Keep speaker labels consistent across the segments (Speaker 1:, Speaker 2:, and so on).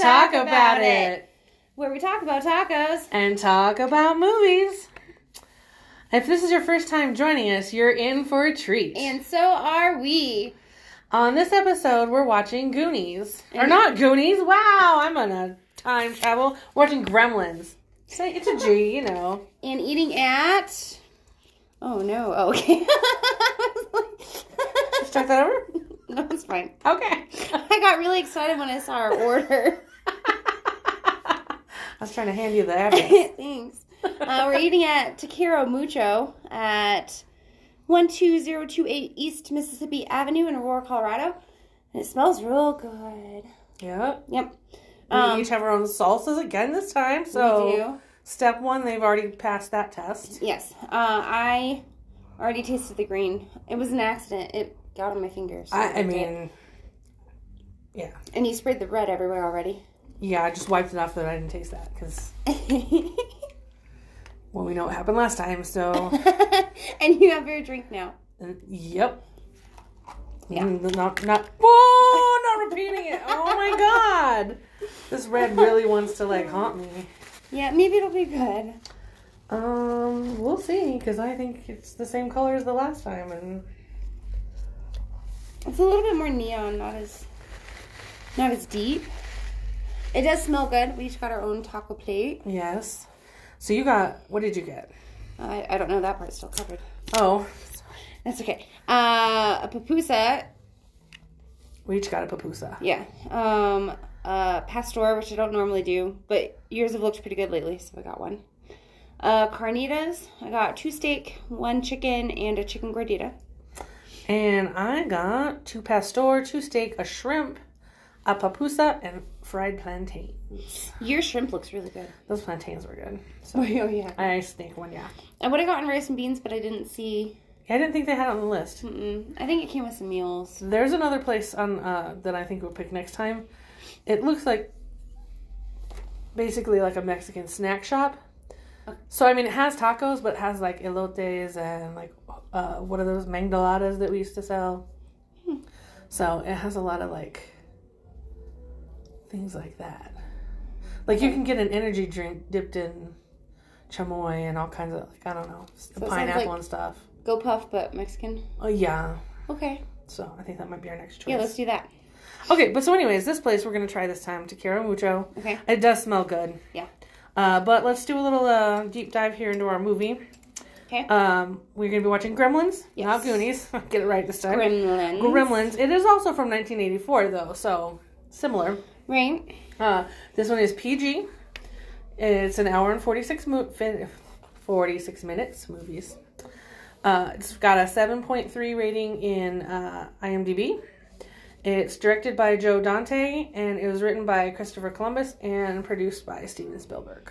Speaker 1: about it.
Speaker 2: where we talk about tacos.
Speaker 1: and talk about movies. If this is your first time joining us, you're in for a treat.
Speaker 2: And so are we.
Speaker 1: On this episode, we're watching Goonies. Or not Goonies. Wow, I'm on a time travel. Watching Gremlins. Say it's a G, you know.
Speaker 2: And eating at. Oh no. Oh, okay. I was like-
Speaker 1: Start that over?
Speaker 2: no, it's fine.
Speaker 1: Okay.
Speaker 2: I got really excited when I saw our order.
Speaker 1: I was trying to hand you the address.
Speaker 2: Thanks. Uh, we're eating at Taquero Mucho at 12028 East Mississippi Avenue in Aurora, Colorado. And it smells real good.
Speaker 1: Yep.
Speaker 2: Yep.
Speaker 1: We
Speaker 2: Um,
Speaker 1: each have our own salsas again this time.
Speaker 2: we
Speaker 1: So
Speaker 2: do.
Speaker 1: step one, they've already passed that test.
Speaker 2: Yes. Uh, I already tasted the green. It was an accident. It got on my fingers.
Speaker 1: I, I mean,
Speaker 2: And you sprayed the red everywhere already.
Speaker 1: yeah, I just wiped it off that I didn't taste that because well, we know what happened last time. So
Speaker 2: and you have your drink now.
Speaker 1: And- Yep.
Speaker 2: Yeah.
Speaker 1: Mm, Not, not, whoa, not repeating it. Oh my god. This red really wants to like haunt me.
Speaker 2: Yeah, maybe it'll be good.
Speaker 1: Um, we'll see, because I think it's the same color as the last time. And
Speaker 2: It's a little bit more neon, not as not as deep. It does smell good. We each got our own taco plate.
Speaker 1: yes. So you got, what did you get?
Speaker 2: I, I don't know that part's still covered.
Speaker 1: Oh,
Speaker 2: That's okay. Uh, a pupusa,
Speaker 1: we each got a pupusa.
Speaker 2: yeah. Um, uh, pastor, which I don't normally do, but yours have looked pretty good lately, so I got one. Uh, carnitas. I got two steak, one chicken, and a chicken gordita.
Speaker 1: And I got two pastor, two steak, a shrimp, a pupusa, and fried plantain.
Speaker 2: Your shrimp looks really good.
Speaker 1: Those plantains were good. So
Speaker 2: Oh yeah.
Speaker 1: I sneaked one, yeah.
Speaker 2: I would have gotten rice and beans, but I didn't see.
Speaker 1: I didn't think they had it on the list.
Speaker 2: Mm-mm. I think it came with some meals.
Speaker 1: There's another place on uh, that I think we'll pick next time. It looks like basically like a Mexican snack shop. So I mean, it has tacos, but it has like elotes and like uh, what are those mangdaladas that we used to sell.
Speaker 2: Hmm.
Speaker 1: So it has a lot of like things like that. Like you can get an energy drink dipped in chamoy and all kinds of like I don't know
Speaker 2: sounds
Speaker 1: pineapple
Speaker 2: like-
Speaker 1: and stuff.
Speaker 2: Go puff, but Mexican.
Speaker 1: Oh yeah.
Speaker 2: Okay.
Speaker 1: So I think that might be our next choice.
Speaker 2: Yeah, let's do that.
Speaker 1: Okay, but so anyways, this place we're gonna try this time, Taquero Mucho.
Speaker 2: Okay.
Speaker 1: It does smell good.
Speaker 2: Yeah.
Speaker 1: Uh, but let's do a little uh, deep dive here into our movie.
Speaker 2: Okay.
Speaker 1: Um, we're gonna be watching Gremlins,
Speaker 2: Yes.
Speaker 1: not Goonies. Get it right this time.
Speaker 2: Gremlins.
Speaker 1: Gremlins. It is also from 1984 though, so similar.
Speaker 2: Right?
Speaker 1: Uh, this one is PG. It's an hour and 46, mo- fin- 46 minutes movies. Uh, it's got a 7.3 rating in uh, IMDb. It's directed by Joe Dante and it was written by Christopher Columbus and produced by Steven Spielberg.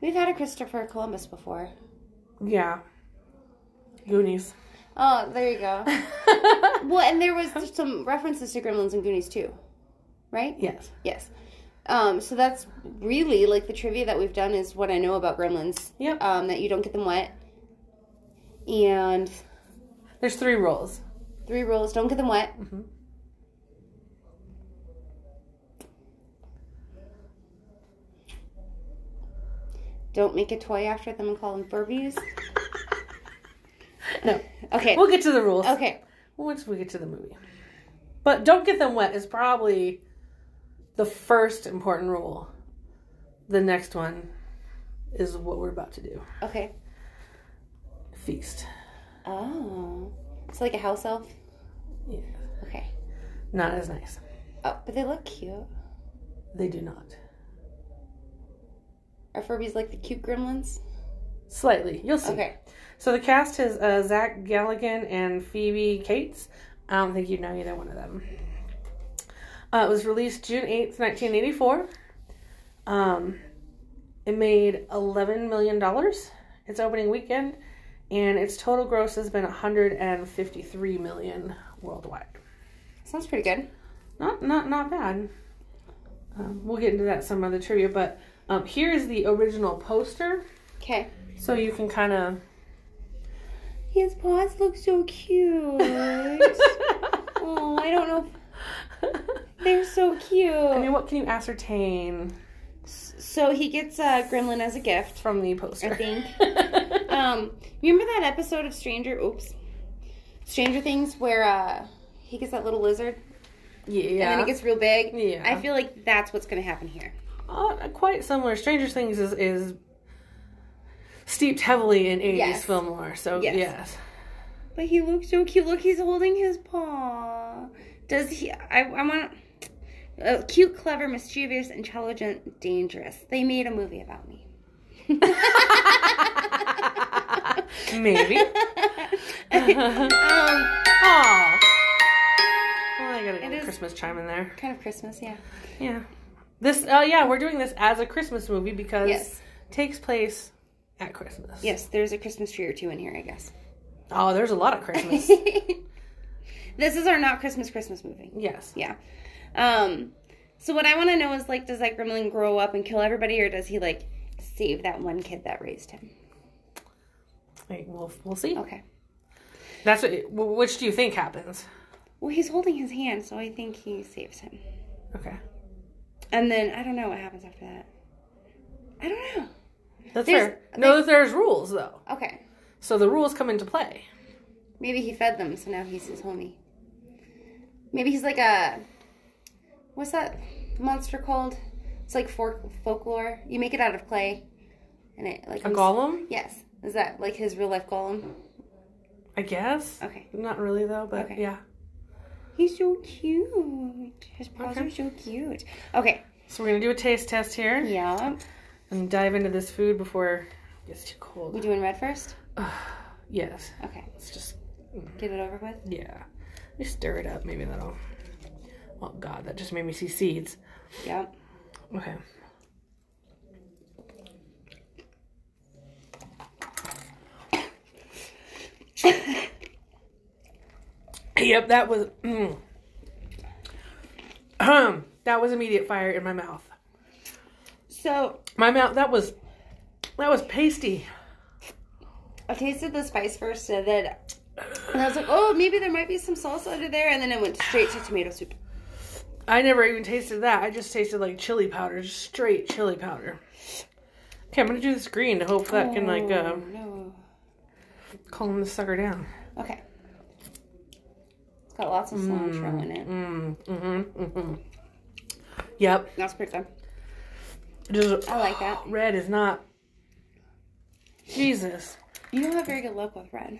Speaker 2: We've had a Christopher Columbus before.
Speaker 1: Yeah. Goonies.
Speaker 2: Oh, there you go. well, and there was some references to Gremlins and Goonies too. Right?
Speaker 1: yes.
Speaker 2: Yes. Um, so that's really like the trivia that we've done is what I know about Gremlins.
Speaker 1: Yep.
Speaker 2: Um, that you don't get them wet. And
Speaker 1: There's three rules.
Speaker 2: three rules don't get them wet.
Speaker 1: Mm-hmm.
Speaker 2: Don't make a toy after them and call them Furbies.
Speaker 1: No.
Speaker 2: Okay.
Speaker 1: We'll get to the rules
Speaker 2: Okay.
Speaker 1: once we get to the movie. But don't get them wet is probably the first important rule. The next one is what we're about to do.
Speaker 2: Okay.
Speaker 1: Feast.
Speaker 2: Oh. It's like a house elf.
Speaker 1: Yeah.
Speaker 2: Okay.
Speaker 1: Not as nice.
Speaker 2: Oh, but they look cute.
Speaker 1: They do not.
Speaker 2: Are Furbies like the cute gremlins?
Speaker 1: Slightly. You'll see.
Speaker 2: Okay.
Speaker 1: So the cast is uh, Zach Galligan and Phoebe Cates. I don't think you'd know either one of them. Uh, it was released June 8th, 1984. Um, it made $11 million its opening weekend, and its total gross has been $153 million worldwide.
Speaker 2: Sounds pretty good.
Speaker 1: Not, not, not bad. Um, we'll get into that some other trivia, but um, here is the original poster,
Speaker 2: Okay.
Speaker 1: so you can kind of
Speaker 2: His paws look so cute. oh, I don't know. If they're so cute. Oh.
Speaker 1: I mean, what can you ascertain?
Speaker 2: So he gets a gremlin as a gift.
Speaker 1: from the poster.
Speaker 2: I think.
Speaker 1: think.
Speaker 2: Um, remember that episode of Stranger? Oops, Stranger Things where uh he gets that little lizard and then
Speaker 1: yeah.
Speaker 2: it gets real big.
Speaker 1: Yeah.
Speaker 2: I feel like that's what's gonna happen here.
Speaker 1: Uh, quite similar. Stranger Things is, is steeped heavily in 80s
Speaker 2: Yes.
Speaker 1: film lore, so
Speaker 2: Yes.
Speaker 1: yes.
Speaker 2: But he looks so cute. Look, he's holding his paw. Does he? I, I want. Uh, cute, clever, mischievous, intelligent, dangerous. They made a movie about me.
Speaker 1: Maybe.
Speaker 2: um, kind
Speaker 1: Oh. Well, I got a
Speaker 2: It
Speaker 1: little
Speaker 2: is-
Speaker 1: Christmas chime in there.
Speaker 2: of Christmas, yeah.
Speaker 1: Yeah. This, oh, yeah, we're doing this as a Christmas movie because
Speaker 2: Yes.
Speaker 1: it takes place at Christmas.
Speaker 2: Yes, there's a Christmas tree or two in here, I guess.
Speaker 1: Oh, there's a lot of Christmas.
Speaker 2: this is our not Christmas Christmas movie.
Speaker 1: yes.
Speaker 2: Yeah. Um. So what I want to know is like, does that gremlin grow up and kill everybody, or does he like save that one kid that raised him?
Speaker 1: Wait, we'll, we'll see.
Speaker 2: Okay.
Speaker 1: That's what, wh- which do you think happens?
Speaker 2: Well, he's holding his hand, so I think he saves him.
Speaker 1: Okay.
Speaker 2: And then I don't know what happens after that. I don't know.
Speaker 1: That's
Speaker 2: There's-
Speaker 1: fair. Know that there's rules, though.
Speaker 2: Okay.
Speaker 1: So the rules come into play.
Speaker 2: Maybe he fed them, so now he's his homie. Maybe he's like a what's that monster called? It's like folk folklore. You make it out of clay, and it like
Speaker 1: A
Speaker 2: comes-
Speaker 1: golem,
Speaker 2: Yes, is that like his real life golem?
Speaker 1: I guess.
Speaker 2: Okay,
Speaker 1: Not really, though, but
Speaker 2: Okay.
Speaker 1: yeah.
Speaker 2: he's so cute. His paws
Speaker 1: Okay.
Speaker 2: are so cute. Okay,
Speaker 1: So we're going to do a taste test here
Speaker 2: yeah,
Speaker 1: and dive into this food before it gets too
Speaker 2: we
Speaker 1: cold.
Speaker 2: doing red first.
Speaker 1: Yes.
Speaker 2: Okay,
Speaker 1: Let's just,
Speaker 2: get it over with.
Speaker 1: yeah. Just stir it up. Maybe that'll. Oh, God, that just made me see seeds.
Speaker 2: Yep.
Speaker 1: Okay. Yep, that was. Mm, Ahem. that was immediate fire in my mouth.
Speaker 2: So
Speaker 1: My mouth. That was. That was pasty.
Speaker 2: I tasted the spice first, and then and I was like, oh, maybe there might be some salsa under there, and then it went straight to tomato soup.
Speaker 1: I never even tasted that. I just tasted like chili powder, just straight chili powder. Okay, I'm gonna do this green to hope that can like uh,
Speaker 2: Oh, no.
Speaker 1: calm this sucker down.
Speaker 2: Okay. It's got lots of cilantro in it.
Speaker 1: Mm, mm-hmm, mm-hmm. Yep.
Speaker 2: That's pretty good.
Speaker 1: Just,
Speaker 2: I like that.
Speaker 1: Red is not. Jesus.
Speaker 2: You don't have very good luck with red.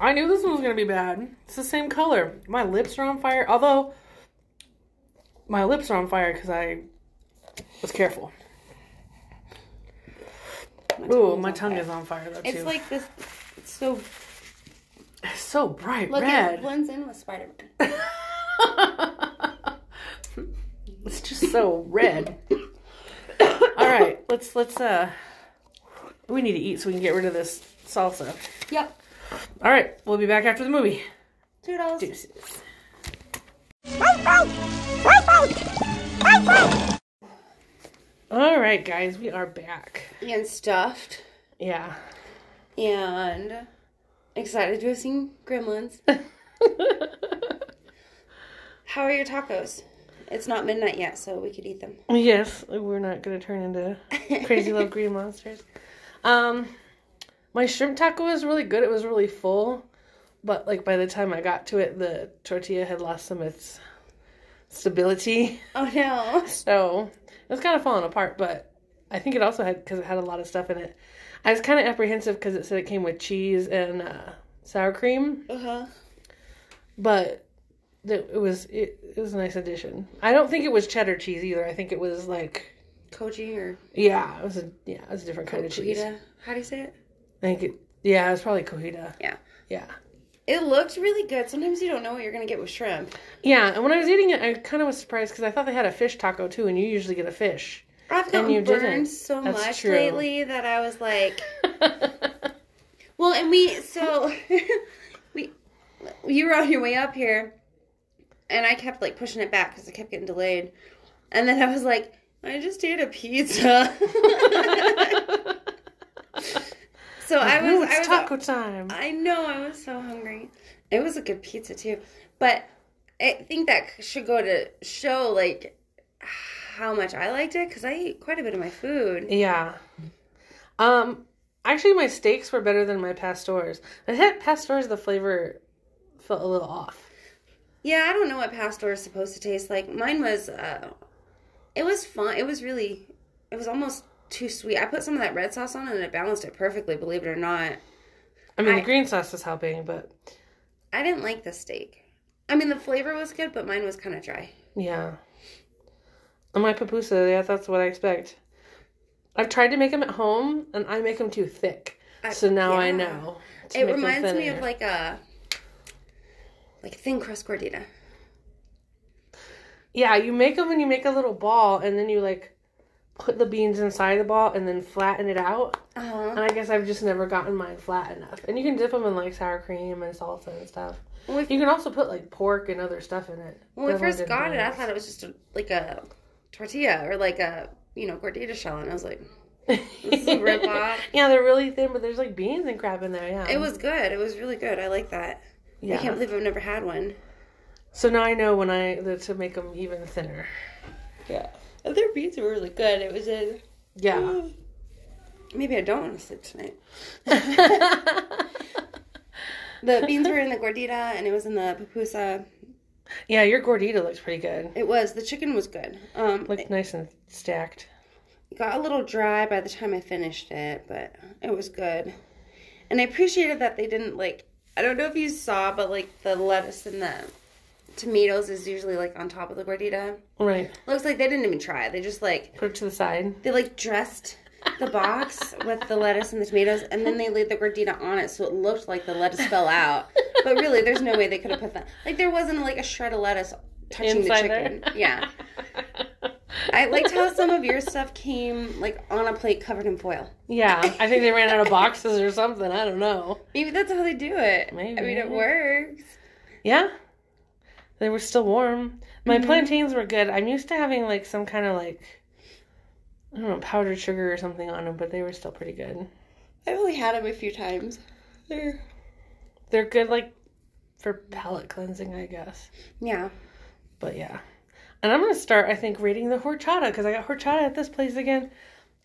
Speaker 1: I knew this one was going to be bad. It's the same color. My lips are on fire. Although, my lips are on fire because I was careful. Ooh, my tongue is on fire, though, too.
Speaker 2: It's like this. It's so
Speaker 1: It's so bright
Speaker 2: look. It
Speaker 1: red.
Speaker 2: blends in with Spider Man.
Speaker 1: it's just so red. All right, let's, let's, uh, we need to eat so we can get rid of this salsa.
Speaker 2: Yep.
Speaker 1: All right, we'll be back after the movie.
Speaker 2: Two dollars.
Speaker 1: Deuces. All right, guys, we are back.
Speaker 2: And stuffed.
Speaker 1: Yeah.
Speaker 2: And excited to have seen Gremlins. How are your tacos? It's not midnight yet, so we could eat them.
Speaker 1: yes, we're not gonna turn into crazy little green monsters. Um, my shrimp taco was really good. It was really full, but like by the time I got to it, the tortilla had lost some of its stability.
Speaker 2: Oh no.
Speaker 1: So it was kind of falling apart, but I think it also had because it had a lot of stuff in it. I was kind of apprehensive because it said it came with cheese and uh, sour cream,
Speaker 2: Uh huh.
Speaker 1: but th- it was it, it was a nice addition. I don't think it was cheddar cheese either. I think it was like
Speaker 2: Koji or
Speaker 1: yeah, it was a yeah, it was a different kind of cheese. I
Speaker 2: Fajita. How do you say it?
Speaker 1: think it yeah, it was probably cojita.
Speaker 2: Yeah.
Speaker 1: Yeah.
Speaker 2: It looked really good. Sometimes you don't know what you're gonna get with shrimp.
Speaker 1: Yeah, and when I was eating it, I kind of was surprised because I thought they had a fish taco too, and you usually get a fish.
Speaker 2: I've gotten
Speaker 1: you
Speaker 2: burned
Speaker 1: didn't.
Speaker 2: so
Speaker 1: That's
Speaker 2: much
Speaker 1: true.
Speaker 2: lately that I was like, well, and we so we you were on your way up here, and I kept like pushing it back because I kept getting delayed, and then I was like, I just ate a pizza. so I
Speaker 1: Ooh,
Speaker 2: was I was
Speaker 1: it's taco time.
Speaker 2: I know I was so hungry. It was a good pizza too, but I think that should go to show like how much I liked it because I ate quite a bit of my food.
Speaker 1: Yeah. Um. Actually, my steaks were better than my pastors. I think pastors the flavor felt a little off.
Speaker 2: Yeah, I don't know what pastor is supposed to taste like. Mine was, uh, it was fun. It was really, it was almost too sweet. I put some of that red sauce on it and it balanced it perfectly. Believe it or not,
Speaker 1: I mean,
Speaker 2: I-
Speaker 1: the green sauce is helping, but
Speaker 2: I didn't like the steak. I mean, the flavor was good, but mine was kind of dry.
Speaker 1: yeah. And my pupusa, yeah, that's what I expect. I've tried to make them at home, and I make them too thick.
Speaker 2: I-
Speaker 1: so now I
Speaker 2: yeah.
Speaker 1: know. to
Speaker 2: it
Speaker 1: make 'em
Speaker 2: reminds me of
Speaker 1: thinner.
Speaker 2: like a, like a thin crust gordita.
Speaker 1: Yeah, you make them and you make a little ball, and then you like put the beans inside the ball and then flatten it out.
Speaker 2: Uh-huh.
Speaker 1: And I guess I've just never gotten mine flat enough. And you can dip them in like sour cream and salsa and stuff.
Speaker 2: When we,
Speaker 1: You can also put like pork and other stuff in it.
Speaker 2: when we
Speaker 1: Definitely
Speaker 2: first
Speaker 1: didn't
Speaker 2: got
Speaker 1: do
Speaker 2: it, I
Speaker 1: this.
Speaker 2: thought it was just a, like a tortilla or like a you know gordita shell, and I was like, this is a rip-off.
Speaker 1: yeah, they're really thin, but there's like beans and crap in there. Yeah,
Speaker 2: it was good. It was really good. I like that.
Speaker 1: Mm-hmm. Yeah.
Speaker 2: I can't believe I've never had one.
Speaker 1: so now I know when I the, to make them even thinner.
Speaker 2: Yeah. Their beans were really good. It was a.
Speaker 1: Yeah.
Speaker 2: Maybe I don't want to sleep tonight. The
Speaker 1: the
Speaker 2: beans were in the gordita and it was in the pupusa.
Speaker 1: yeah, your gordita looks pretty good.
Speaker 2: It was. The chicken was good. Um,
Speaker 1: Looked nice and stacked.
Speaker 2: it got a little dry by the time I finished it, but it was good. And I appreciated that they didn't like. I don't know if you saw, but like the lettuce and the tomatoes is usually like on top of the gordita.
Speaker 1: Right.
Speaker 2: Looks like they didn't even try. They just like
Speaker 1: Put it to the side.
Speaker 2: they like dressed the box with the lettuce and the tomatoes, and then they laid the gordita on it, so it looked like the lettuce fell out. But really, there's no way they could have put that. Like there wasn't like a shred of lettuce touching
Speaker 1: Inside
Speaker 2: the
Speaker 1: there.
Speaker 2: chicken. Yeah, I liked how some of your stuff came like on a plate covered in foil.
Speaker 1: Yeah, I think they ran out of boxes or something. I don't know.
Speaker 2: Maybe that's how they do it. I mean,
Speaker 1: Maybe.
Speaker 2: it works.
Speaker 1: Yeah. They were still warm. My plantains were good. I'm used to having like some kind of like I don't know, powdered sugar or something on them, but they were still pretty good.
Speaker 2: I've only had them a few times. They're
Speaker 1: They're good like for palate cleansing, I guess.
Speaker 2: yeah.
Speaker 1: But yeah. And I'm gonna start, I think, rating the horchata because I got horchata at this place again.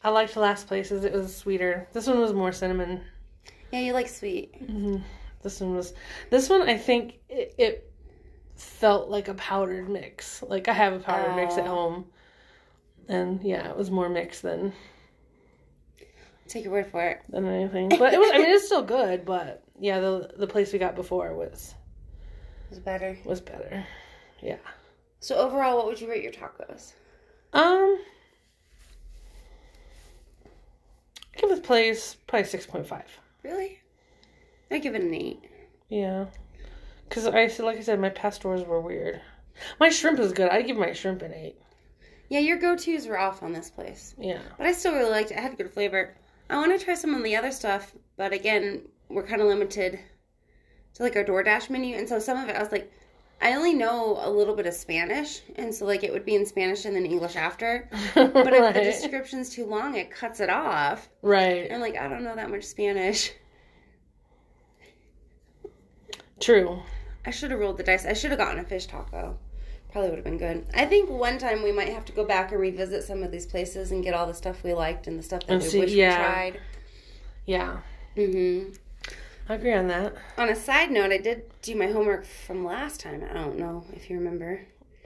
Speaker 1: I liked the last places; it was sweeter. This one was more cinnamon.
Speaker 2: Yeah, you like sweet.
Speaker 1: This one was. This one, I think it, it felt like a powdered mix. Like I have a powdered mix at
Speaker 2: Oh.
Speaker 1: home, and yeah, it was more mixed than
Speaker 2: Take your word for it.
Speaker 1: than anything. But it was. I mean, it's still good. But yeah, the the place we got before was
Speaker 2: It's better.
Speaker 1: was better. Yeah.
Speaker 2: So overall, what would you rate your tacos?
Speaker 1: Um. I give this place probably six point five.
Speaker 2: Really? I give it an eight.
Speaker 1: Yeah. Cause I said, like I said, my pastors were weird. My shrimp is good. I give my shrimp an eight.
Speaker 2: Yeah, your go-tos were off on this place,
Speaker 1: Yeah.
Speaker 2: but I still really liked it. It had good flavor. I want to try some of the other stuff, but again, we're kind of limited to like our DoorDash menu, and so some of it I was like, I only know a little bit of Spanish, and so like it would be in Spanish and then English after. But if the description's too long, it cuts it off.
Speaker 1: Right.
Speaker 2: And I'm like, I don't know that much Spanish.
Speaker 1: True.
Speaker 2: I should have rolled the dice. I should have gotten a fish taco. Probably would have been good. I think one time we might have to go back and revisit some of these places and get all the stuff we liked and the stuff that
Speaker 1: And
Speaker 2: we
Speaker 1: see-
Speaker 2: wish
Speaker 1: yeah.
Speaker 2: we tried.
Speaker 1: Yeah. Mm-hmm.
Speaker 2: hmm
Speaker 1: I agree on that.
Speaker 2: On a side note, I did do my homework from last time. I don't know if you remember.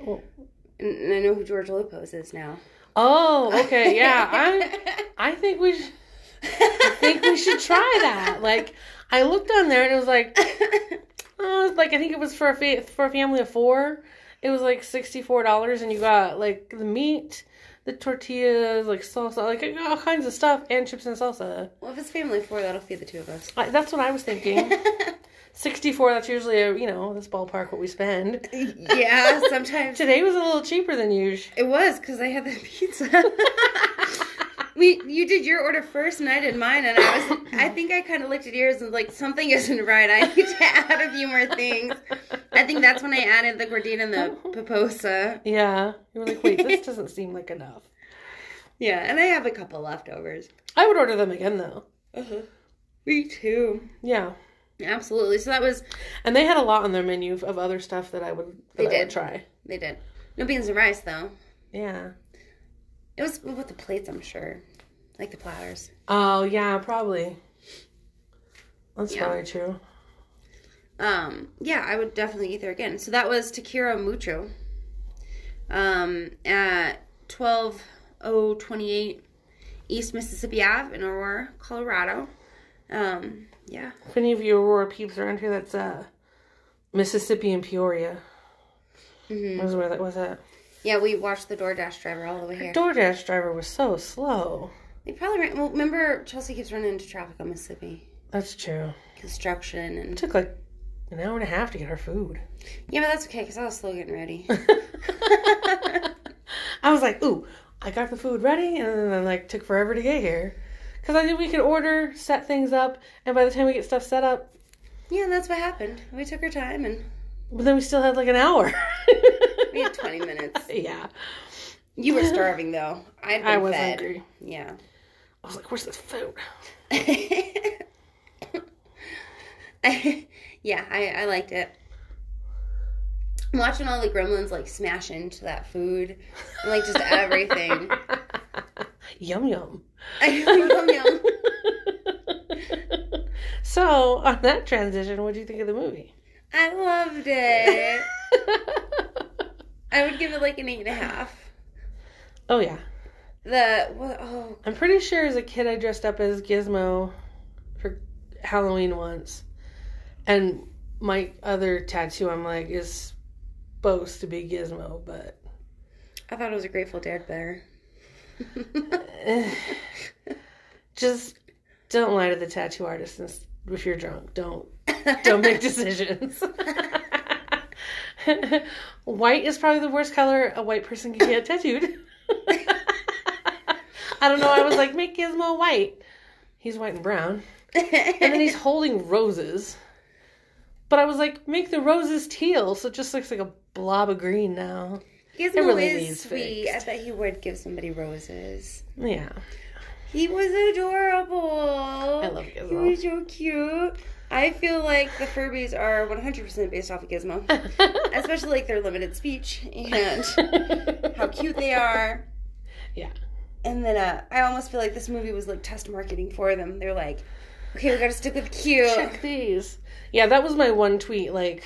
Speaker 1: Oh.
Speaker 2: And, and I know who George Lopez is now.
Speaker 1: Oh, okay. Yeah. I I think we should, think we should try that. Like I looked on there and it was like uh, like I think it was for a fa- for a family of 4. It was like $64 and you got like the meat, the tortillas, like salsa, like all kinds of stuff and chips and salsa.
Speaker 2: well, if it's family four, that'll feed the two of us.
Speaker 1: I, that's what I was thinking. 64 that's usually a, you know, this ballpark what we spend.
Speaker 2: yeah, sometimes
Speaker 1: Today was a little cheaper than usual.
Speaker 2: it was because I had the pizza. We you did your order first and I did mine and I was I think I kind of looked at yours and was like something isn't right. I need to add a few more things. I think that's when I added the gordita and the puposa.
Speaker 1: Yeah. You were like, wait, this doesn't seem like enough.
Speaker 2: Yeah, and I have a couple leftovers.
Speaker 1: I would order them again though.
Speaker 2: Uh-huh. Me too.
Speaker 1: Yeah.
Speaker 2: Absolutely. So that was
Speaker 1: And they had a lot on their menu of other stuff that I would, that
Speaker 2: They
Speaker 1: I would
Speaker 2: did.
Speaker 1: try.
Speaker 2: they did. No beans and rice though.
Speaker 1: Yeah.
Speaker 2: It was with the plates, I'm sure, like the platters.
Speaker 1: Oh yeah, probably. That's
Speaker 2: Yeah.
Speaker 1: probably true.
Speaker 2: Um, yeah, I would definitely eat there again. So that was Takira Mucho. Um, at twelve oh twenty eight East Mississippi Ave in Aurora, Colorado. Um, yeah.
Speaker 1: If any of you Aurora peeps around here, that's uh, Mississippi and Peoria.
Speaker 2: hmm
Speaker 1: Was where that was at.
Speaker 2: Yeah, we watched the DoorDash driver all the way here.
Speaker 1: DoorDash driver was so slow.
Speaker 2: They probably ran, well remember Chelsea keeps running into traffic on Mississippi
Speaker 1: That's true.
Speaker 2: construction
Speaker 1: It
Speaker 2: and
Speaker 1: took like an hour and a half to get her food.
Speaker 2: yeah, but that's okay because I was slow getting ready.
Speaker 1: I was like, ooh, I got the food ready, and then it, like took forever to get here. Cause I knew we could order, set things up, and by the time we get stuff set up,
Speaker 2: yeah, and that's what happened. We took our time and
Speaker 1: but then we still had like an hour.
Speaker 2: we had twenty minutes.
Speaker 1: yeah,
Speaker 2: You were starving though. I'd been
Speaker 1: I was
Speaker 2: fed.
Speaker 1: hungry.
Speaker 2: Yeah.
Speaker 1: I was like, where's this food?
Speaker 2: yeah, I, I liked it. Watching all the gremlins like smash into that food, and, like just everything.
Speaker 1: yum yum.
Speaker 2: Yum, yum.
Speaker 1: so on that transition, what do you think of the movie?
Speaker 2: I loved it. I would give it like an eight and a half.
Speaker 1: oh yeah,
Speaker 2: The what? Oh,
Speaker 1: I'm pretty sure as a kid I dressed up as Gizmo for Halloween once, and my other tattoo I'm like is supposed to be Gizmo, but
Speaker 2: I thought it was a Grateful Dead bear.
Speaker 1: eh, just don't lie to the tattoo artist and s- if you're drunk. Don't don't make decisions. white is probably the worst color a white person can get tattooed. I don't know. I was like, make Gizmo white. He's white and brown. And then he's holding roses. But I was like, make the roses teal. So it just looks like a blob of green now.
Speaker 2: Gizmo
Speaker 1: really
Speaker 2: is
Speaker 1: needs
Speaker 2: sweet.
Speaker 1: fixed.
Speaker 2: I bet he would give somebody roses.
Speaker 1: Yeah.
Speaker 2: He was adorable.
Speaker 1: I love
Speaker 2: He
Speaker 1: Gizmo.
Speaker 2: was so cute. I feel like the Furbies are 100% based off of Gizmo, especially like their limited speech and how cute they are.
Speaker 1: Yeah.
Speaker 2: And then uh, I almost feel like this movie was like test marketing for them. They're like, okay, we gotta stick with cute.
Speaker 1: Check these. Yeah, that was my one tweet. Like,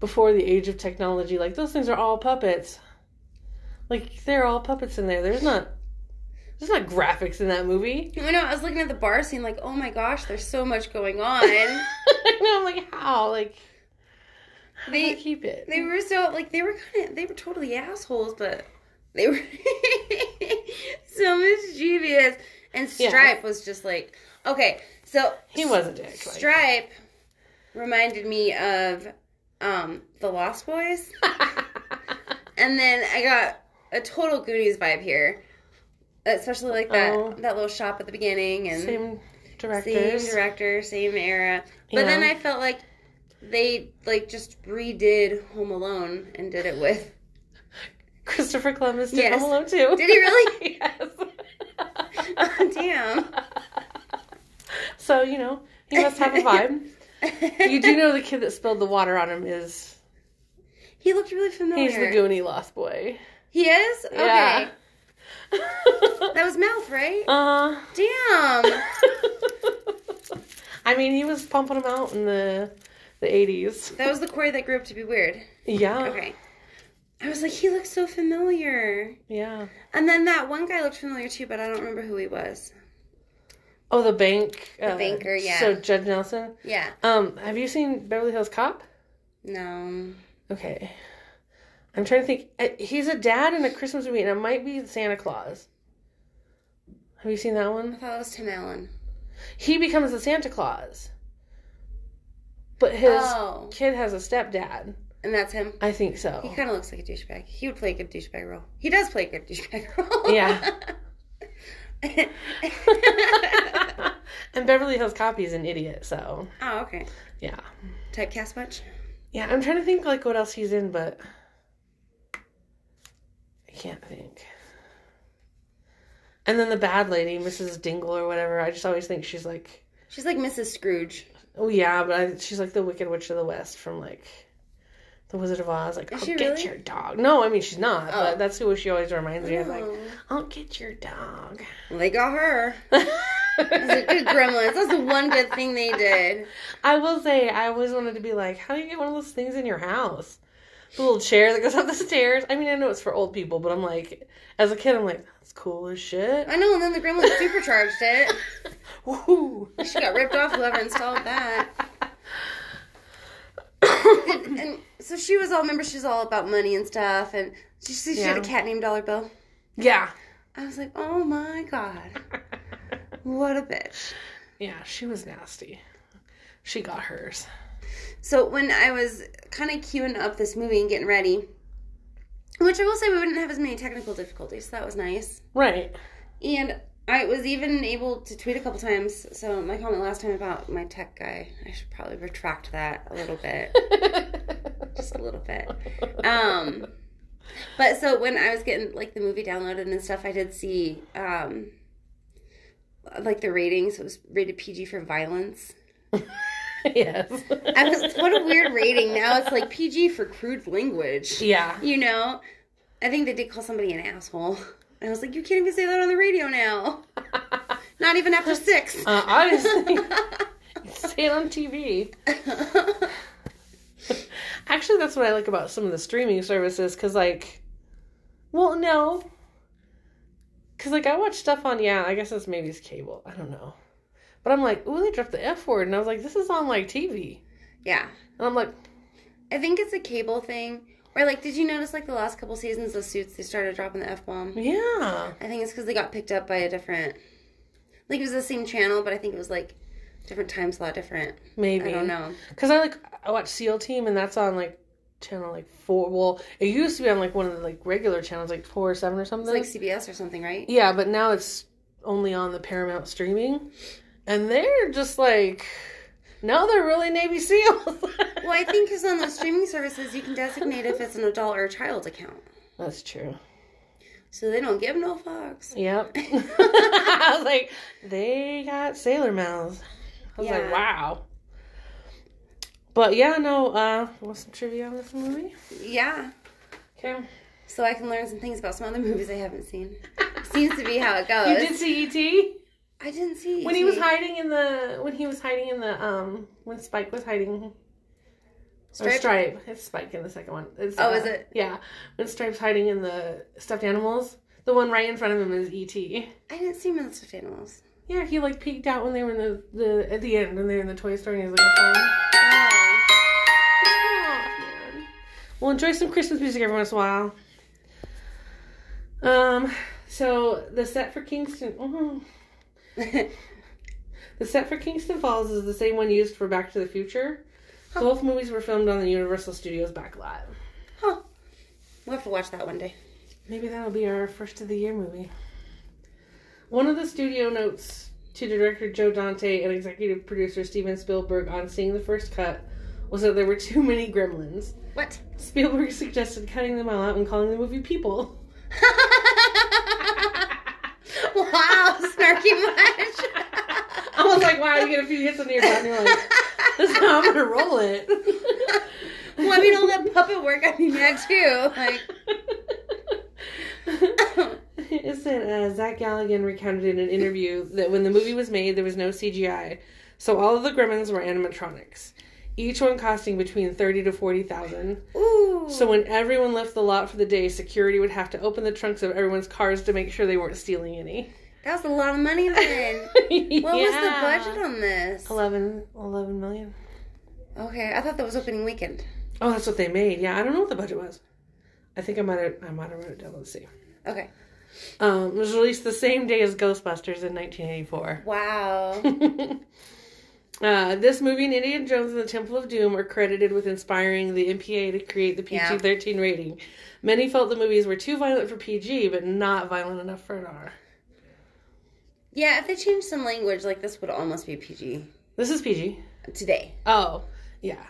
Speaker 1: before the age of technology, like, those things are all puppets. Like, they're all puppets in there. There's not. There's not graphics in that movie.
Speaker 2: I know. I was looking at the bar scene, like, oh my gosh, there's so much going on.
Speaker 1: I know, I'm like, how? Like, how do
Speaker 2: They-
Speaker 1: I keep it?
Speaker 2: They were so like they were kind of they were totally assholes, but they were so mischievous. And
Speaker 1: Yeah.
Speaker 2: Stripe was just like okay, so
Speaker 1: he was a dick. Like.
Speaker 2: Stripe reminded me of um the Lost Boys, and then I got a total Goonies vibe here, especially like that
Speaker 1: Oh.
Speaker 2: that little shop at the beginning and
Speaker 1: Same
Speaker 2: Mm-hmm. same
Speaker 1: directors.
Speaker 2: director, same era. But
Speaker 1: Yeah.
Speaker 2: then I felt like they like just redid Home Alone and did it with.
Speaker 1: Christopher Columbus did
Speaker 2: Yes.
Speaker 1: Home Alone too.
Speaker 2: Did he really? Oh,
Speaker 1: yes.
Speaker 2: Damn.
Speaker 1: So you know he must have a vibe. you do know the kid that spilled the water on him is
Speaker 2: He looked really familiar.
Speaker 1: he's the Goonie Lost Boy.
Speaker 2: He is? Okay.
Speaker 1: Yeah.
Speaker 2: That was Mouth, right?
Speaker 1: uh,
Speaker 2: Damn.
Speaker 1: I mean, he was pumping him out in the the eighties.
Speaker 2: That was the Corey that grew up to be weird.
Speaker 1: Yeah,
Speaker 2: Okay. I was like, he looks so familiar.
Speaker 1: yeah.
Speaker 2: And then that one guy looked familiar too, but I don't remember who he was.
Speaker 1: Oh, the bank. The
Speaker 2: banker, yeah.
Speaker 1: So Judge Nelson.
Speaker 2: Yeah.
Speaker 1: Um, have you seen Beverly Hills Cop?
Speaker 2: No.
Speaker 1: Okay. I'm trying to think. Uh, He's a dad in a Christmas movie, and it might be Santa Claus. Have you seen that
Speaker 2: I
Speaker 1: one?
Speaker 2: thought it was Tim Allen.
Speaker 1: He becomes a Santa Claus, but his
Speaker 2: Oh.
Speaker 1: kid has a stepdad.
Speaker 2: And that's him.
Speaker 1: I think so.
Speaker 2: He kind of looks like a douchebag. He would play a good douchebag role. He does play a good douchebag role.
Speaker 1: Yeah. and Beverly Hills Cop is an idiot, so
Speaker 2: oh, okay.
Speaker 1: yeah,
Speaker 2: Typecast much?
Speaker 1: yeah. I'm trying to think like what else he's in, but I can't think. And then the bad lady, Mrs. Dingle or whatever. I just always think she's like,
Speaker 2: She's like Mrs. Scrooge.
Speaker 1: oh yeah, but I, she's like the Wicked Witch of the West from like The Wizard of Oz, like,
Speaker 2: Is
Speaker 1: I'll
Speaker 2: she
Speaker 1: get
Speaker 2: really?
Speaker 1: your dog. No, I mean, she's not,
Speaker 2: Oh.
Speaker 1: but that's who she always reminds me of. Like,
Speaker 2: Oh.
Speaker 1: I'll get your dog.
Speaker 2: Well, they got her. That's a good
Speaker 1: I
Speaker 2: gremlins. That's the one good thing they did.
Speaker 1: will say, I always wanted to be like, how do you get one of those things in your house? The little chair that goes up the stairs. I mean, I know it's for old people, but I'm like, as a kid, I'm like, that's cool as shit.
Speaker 2: I know, and then the gremlins supercharged it.
Speaker 1: Woohoo.
Speaker 2: She got ripped off whoever installed that. And, and so she was all, remember, she's all about money and stuff. And she, she had a
Speaker 1: Yeah.
Speaker 2: cat named Dollar Bill.
Speaker 1: yeah.
Speaker 2: I was like, oh my god, what a bitch.
Speaker 1: Yeah, she was nasty. She got hers.
Speaker 2: So when I was kind of queuing up this movie and getting ready, which I will say we wouldn't have as many technical difficulties, so that was nice.
Speaker 1: Right.
Speaker 2: And I was even able to tweet a couple times. So my comment last time about my tech guy, I should probably retract that a little bit, just a little bit. Um, but so when I was getting like the movie downloaded and stuff, I did see um, like the ratings. It was rated PG for violence.
Speaker 1: yes.
Speaker 2: I was what a weird rating. Now it's like PG for crude language.
Speaker 1: Yeah.
Speaker 2: You know, I think they did call somebody an asshole. I was like, you can't even say that on the radio now. Not even after six.
Speaker 1: Uh, obviously, say it on TV. Actually, that's what I like about some of the streaming services because, like, well, no. Because, like, I watch stuff on, yeah, I guess it's maybe it's cable. I don't know. But I'm like, ooh, they dropped the F word. And I was like, this is on, like, TV.
Speaker 2: yeah,
Speaker 1: And I'm like,
Speaker 2: I think it's a cable thing. Or like, did you notice like the last couple seasons of Suits, they started dropping the f bomb.
Speaker 1: yeah.
Speaker 2: I think it's because they got picked up by a different, like it was the same channel, but I think it was like different time slot, different.
Speaker 1: Maybe.
Speaker 2: I don't know.
Speaker 1: Because I, like, I watch SEAL Team and that's on, like, channel, like, four. Well, it used to be on, like, one of the, like, regular channels, like, four or seven or something.
Speaker 2: It's like CBS or something, right?
Speaker 1: Yeah, but now it's only on the Paramount streaming. And they're just like, now they're really Navy SEALs.
Speaker 2: Well, I think because on those streaming services, you can designate if it's an adult or a child account.
Speaker 1: That's true.
Speaker 2: So they don't give no fucks.
Speaker 1: Yep. I was like, they got sailor mouths. I was
Speaker 2: Yeah.
Speaker 1: like, wow. But yeah, no, uh, what's some trivia on this movie?
Speaker 2: Yeah.
Speaker 1: Okay.
Speaker 2: So I can learn some things about some other movies I haven't seen. Seems to be how it goes.
Speaker 1: You did see E.T.?
Speaker 2: I didn't see
Speaker 1: When he was
Speaker 2: E.T.
Speaker 1: hiding in the, when he was hiding in the, um, when Spike was hiding Or
Speaker 2: Stripe.
Speaker 1: Stripe. It's Spike in the second one. It's,
Speaker 2: Oh, is it?
Speaker 1: Yeah. When Stripe's hiding in the stuffed animals, the one right in front of him is E.T.
Speaker 2: I didn't see Monster of Animals.
Speaker 1: Yeah, he like peeked out when they were in the, the at the end when they were in the toy store and he was like, oh, fun.
Speaker 2: Oh.
Speaker 1: Aw, man. Well, enjoy some Christmas music every once in a while. Um, so the set for Kingston, mhm. the set for Kingston Falls is the same one used for Back to the Future. Both movies were filmed on the Universal Studios backlot.
Speaker 2: huh. We'll have to watch that one day.
Speaker 1: Maybe that'll be our first of the year movie. One of the studio notes to director Joe Dante and executive producer Steven Spielberg on seeing the first cut was that there were too many gremlins.
Speaker 2: What?
Speaker 1: Spielberg suggested cutting them all out and calling the movie People.
Speaker 2: wow, snarky much.
Speaker 1: I was like, wow, you get a few hits on your butt and you're like, this is how I'm gonna roll it.
Speaker 2: well, I mean, all that puppet work, I mean, that too. Like,
Speaker 1: it said uh, Zach Galligan recounted in an interview that when the movie was made, there was no CGI, so all of the Gremlins were animatronics, each one costing between thirty to forty thousand.
Speaker 2: ooh.
Speaker 1: So when everyone left the lot for the day, security would have to open the trunks of everyone's cars to make sure they weren't stealing any.
Speaker 2: that was a lot of money then. What was the budget on this?
Speaker 1: 11, 11 million.
Speaker 2: Okay, I thought that was opening weekend.
Speaker 1: Oh, that's what they made. Yeah, I don't know what the budget was. I think I might have I might have wrote it down. Let's see.
Speaker 2: Okay.
Speaker 1: Um, it was released the same day as Ghostbusters in 1984.
Speaker 2: Wow.
Speaker 1: Uh, this movie and Indiana Jones and the Temple of Doom are credited with inspiring the MPA to create the PG 13 rating. Many felt the movies were too violent for PG, but not violent enough for an R.
Speaker 2: Yeah, if they changed some language, like this would almost be PG
Speaker 1: This is PG.
Speaker 2: today.
Speaker 1: Oh, yeah.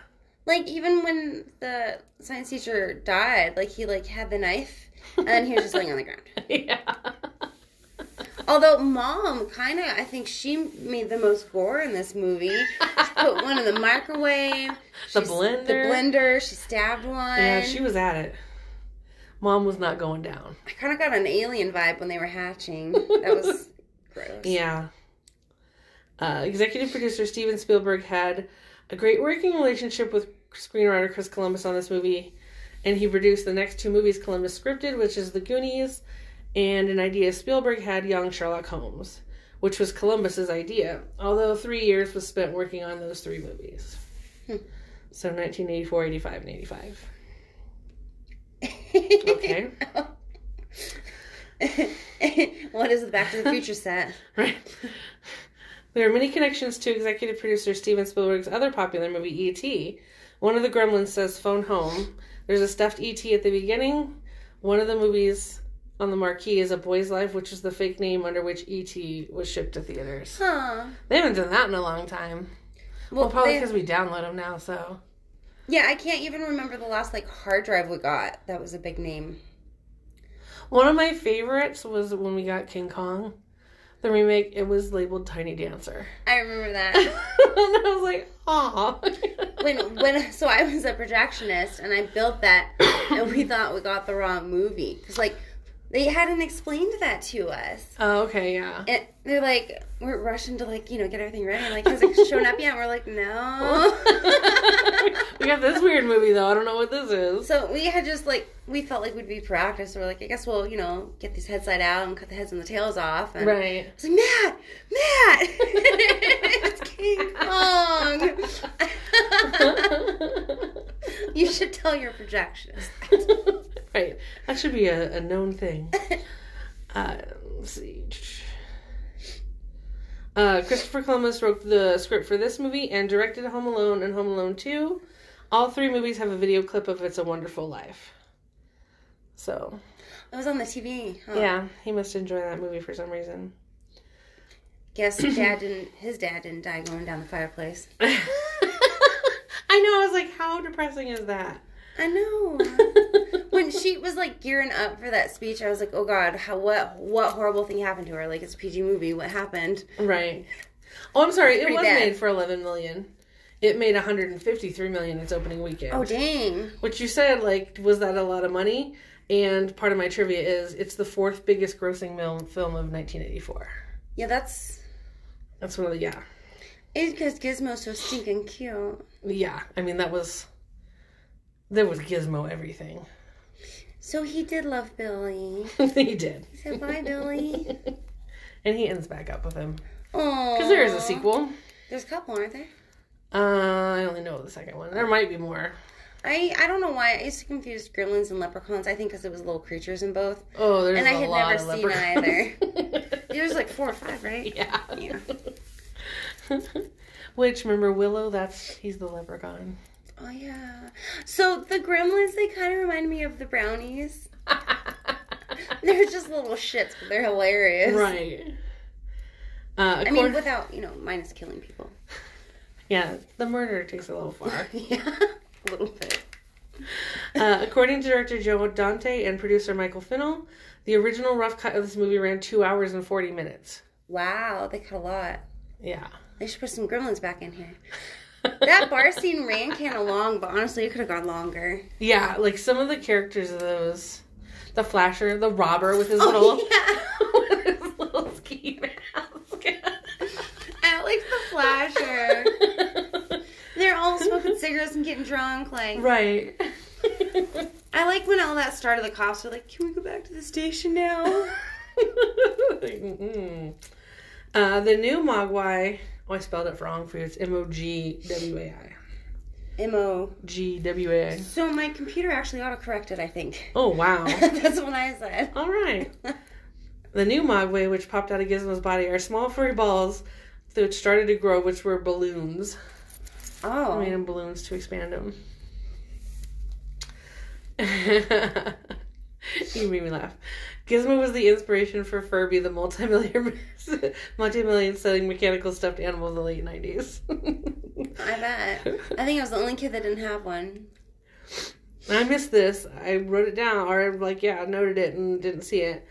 Speaker 2: Like even when the science teacher died, like he like had the knife and then he was just laying on the ground.
Speaker 1: yeah.
Speaker 2: Although mom kind of, I think she made the most gore in this movie. She put one in the microwave.
Speaker 1: The
Speaker 2: She's-
Speaker 1: blender.
Speaker 2: The blender. She stabbed one.
Speaker 1: Yeah, she was at it. Mom was not going down.
Speaker 2: I kind of got an alien vibe when they were hatching. That was gross.
Speaker 1: Yeah. Uh, executive producer Steven Spielberg had a great working relationship with screenwriter Chris Columbus on this movie, and he produced the next two movies Columbus scripted, which is The Goonies, and an idea Spielberg had young Sherlock Holmes, which was Columbus's idea, although three years was spent working on those three movies.
Speaker 2: Hmm.
Speaker 1: So 1984, 85, and 85.
Speaker 2: okay. what is the Back to the Future set?
Speaker 1: Right. There are many connections to executive producer Steven Spielberg's other popular movie, E.T. One of the gremlins says, Phone home. There's a stuffed E.T. at the beginning. One of the movies on the marquee is A Boy's Life, which is the fake name under which E.T. was shipped to theaters.
Speaker 2: Huh.
Speaker 1: They haven't done that in a long time. Well,
Speaker 2: Well,
Speaker 1: probably
Speaker 2: they-
Speaker 1: because we download them now, so.
Speaker 2: yeah, I can't even remember the last like hard drive we got. That was a big name.
Speaker 1: One of my favorites was when we got King Kong. The remake, it was labeled Tiny Dancer.
Speaker 2: I remember
Speaker 1: and
Speaker 2: that.
Speaker 1: I was like, aw.
Speaker 2: when when so I was a projectionist and I built that and we thought we got the wrong movie because like they hadn't explained that to us.
Speaker 1: Oh, okay, yeah.
Speaker 2: And they're like, we're rushing to like you know get everything ready. Like has it shown up yet? And we're like, no.
Speaker 1: we got this weird movie though. I don't know what this is.
Speaker 2: So we had just like we felt like we'd be practiced. We're like, I guess we'll you know get these heads side out and cut the heads and the tails off. And
Speaker 1: Right.
Speaker 2: It's like Matt, Matt, it's King Kong. you should tell your projectionist.
Speaker 1: right. That should be a, a known thing. Uh, let's see. Uh, Christopher Columbus wrote the script for this movie and directed Home Alone and Home Alone 2. All three movies have a video clip of It's a Wonderful Life. So,
Speaker 2: It was on the Oh, TV. Huh?
Speaker 1: yeah, he must enjoy that movie for some reason.
Speaker 2: Guess dad didn't. His dad didn't die going down the fireplace.
Speaker 1: I know, I was like, how depressing is that?
Speaker 2: I know. when she was like gearing up for that speech, I was like, oh god, how what what horrible thing happened to her? Like it's a PG movie. What happened?
Speaker 1: Right. Oh, I'm sorry. It
Speaker 2: pretty
Speaker 1: was
Speaker 2: bad.
Speaker 1: made for 11 million. It made 153 million its opening weekend.
Speaker 2: Oh dang.
Speaker 1: Which you said like was that a lot of money? And part of my trivia is it's the fourth biggest grossing film film of 1984.
Speaker 2: Yeah, that's
Speaker 1: That's one of the yeah.
Speaker 2: It's because Gizmo's so stinking cute.
Speaker 1: Yeah. I mean that was there was Gizmo everything.
Speaker 2: So he did love Billy.
Speaker 1: he did.
Speaker 2: He said bye, Billy.
Speaker 1: And he ends back up with him.
Speaker 2: Oh,
Speaker 1: Cuz there is a sequel.
Speaker 2: There's a couple, aren't there?
Speaker 1: Uh, I only know the second one. There might be more.
Speaker 2: I I don't know why I used to confuse Gremlins and Leprechauns. I think because it was little creatures in both.
Speaker 1: Oh, there's
Speaker 2: And I
Speaker 1: a
Speaker 2: had
Speaker 1: lot
Speaker 2: never
Speaker 1: of
Speaker 2: seen
Speaker 1: leprechauns.
Speaker 2: There's like four or five, right?
Speaker 1: Yeah.
Speaker 2: Yeah.
Speaker 1: Which remember Willow? That's he's the leprechaun.
Speaker 2: Oh yeah. So the Gremlins they kind of remind me of the Brownies. They're just little shits, but they're hilarious.
Speaker 1: right. Uh,
Speaker 2: I
Speaker 1: according,
Speaker 2: mean, without you know, minus killing people.
Speaker 1: yeah, the murder takes a little far.
Speaker 2: yeah, a little bit.
Speaker 1: uh, according to director Joe Dante and producer Michael Finnell, the original rough cut of this movie ran two hours and forty minutes.
Speaker 2: Wow, they cut a lot.
Speaker 1: Yeah.
Speaker 2: They should put some Gremlins back in here. That bar scene ran kind of long, but honestly, it could have gone longer.
Speaker 1: Yeah, like some of the characters of those, the flasher, the robber with his little,
Speaker 2: Oh, yeah.
Speaker 1: with his little ski mask.
Speaker 2: I like the flasher. They're all smoking cigarettes and getting drunk. Like,
Speaker 1: Right.
Speaker 2: I like when all that started. The cops were like, "Can we go back to the station now?"
Speaker 1: Mm. uh, the new Mogwai. Oh, I spelled it wrong for you. It's M O G W A I.
Speaker 2: Mo.
Speaker 1: G W A I.
Speaker 2: So my computer actually autocorrected. I think Oh,
Speaker 1: Oh, wow.
Speaker 2: that's what I said.
Speaker 1: All right. The new Mogwai, which popped out of Gizmo's body, are small furry balls that started to grow, which were balloons. I made
Speaker 2: Oh,
Speaker 1: them balloons to expand them. you made me laugh. Gizmo was the inspiration for Furby, the multi-million, multi-million selling mechanical stuffed animal of the late nineties.
Speaker 2: I bet. I think I was the only kid that didn't have one.
Speaker 1: I missed this. I wrote it down, or like, yeah, I noted it and didn't see it.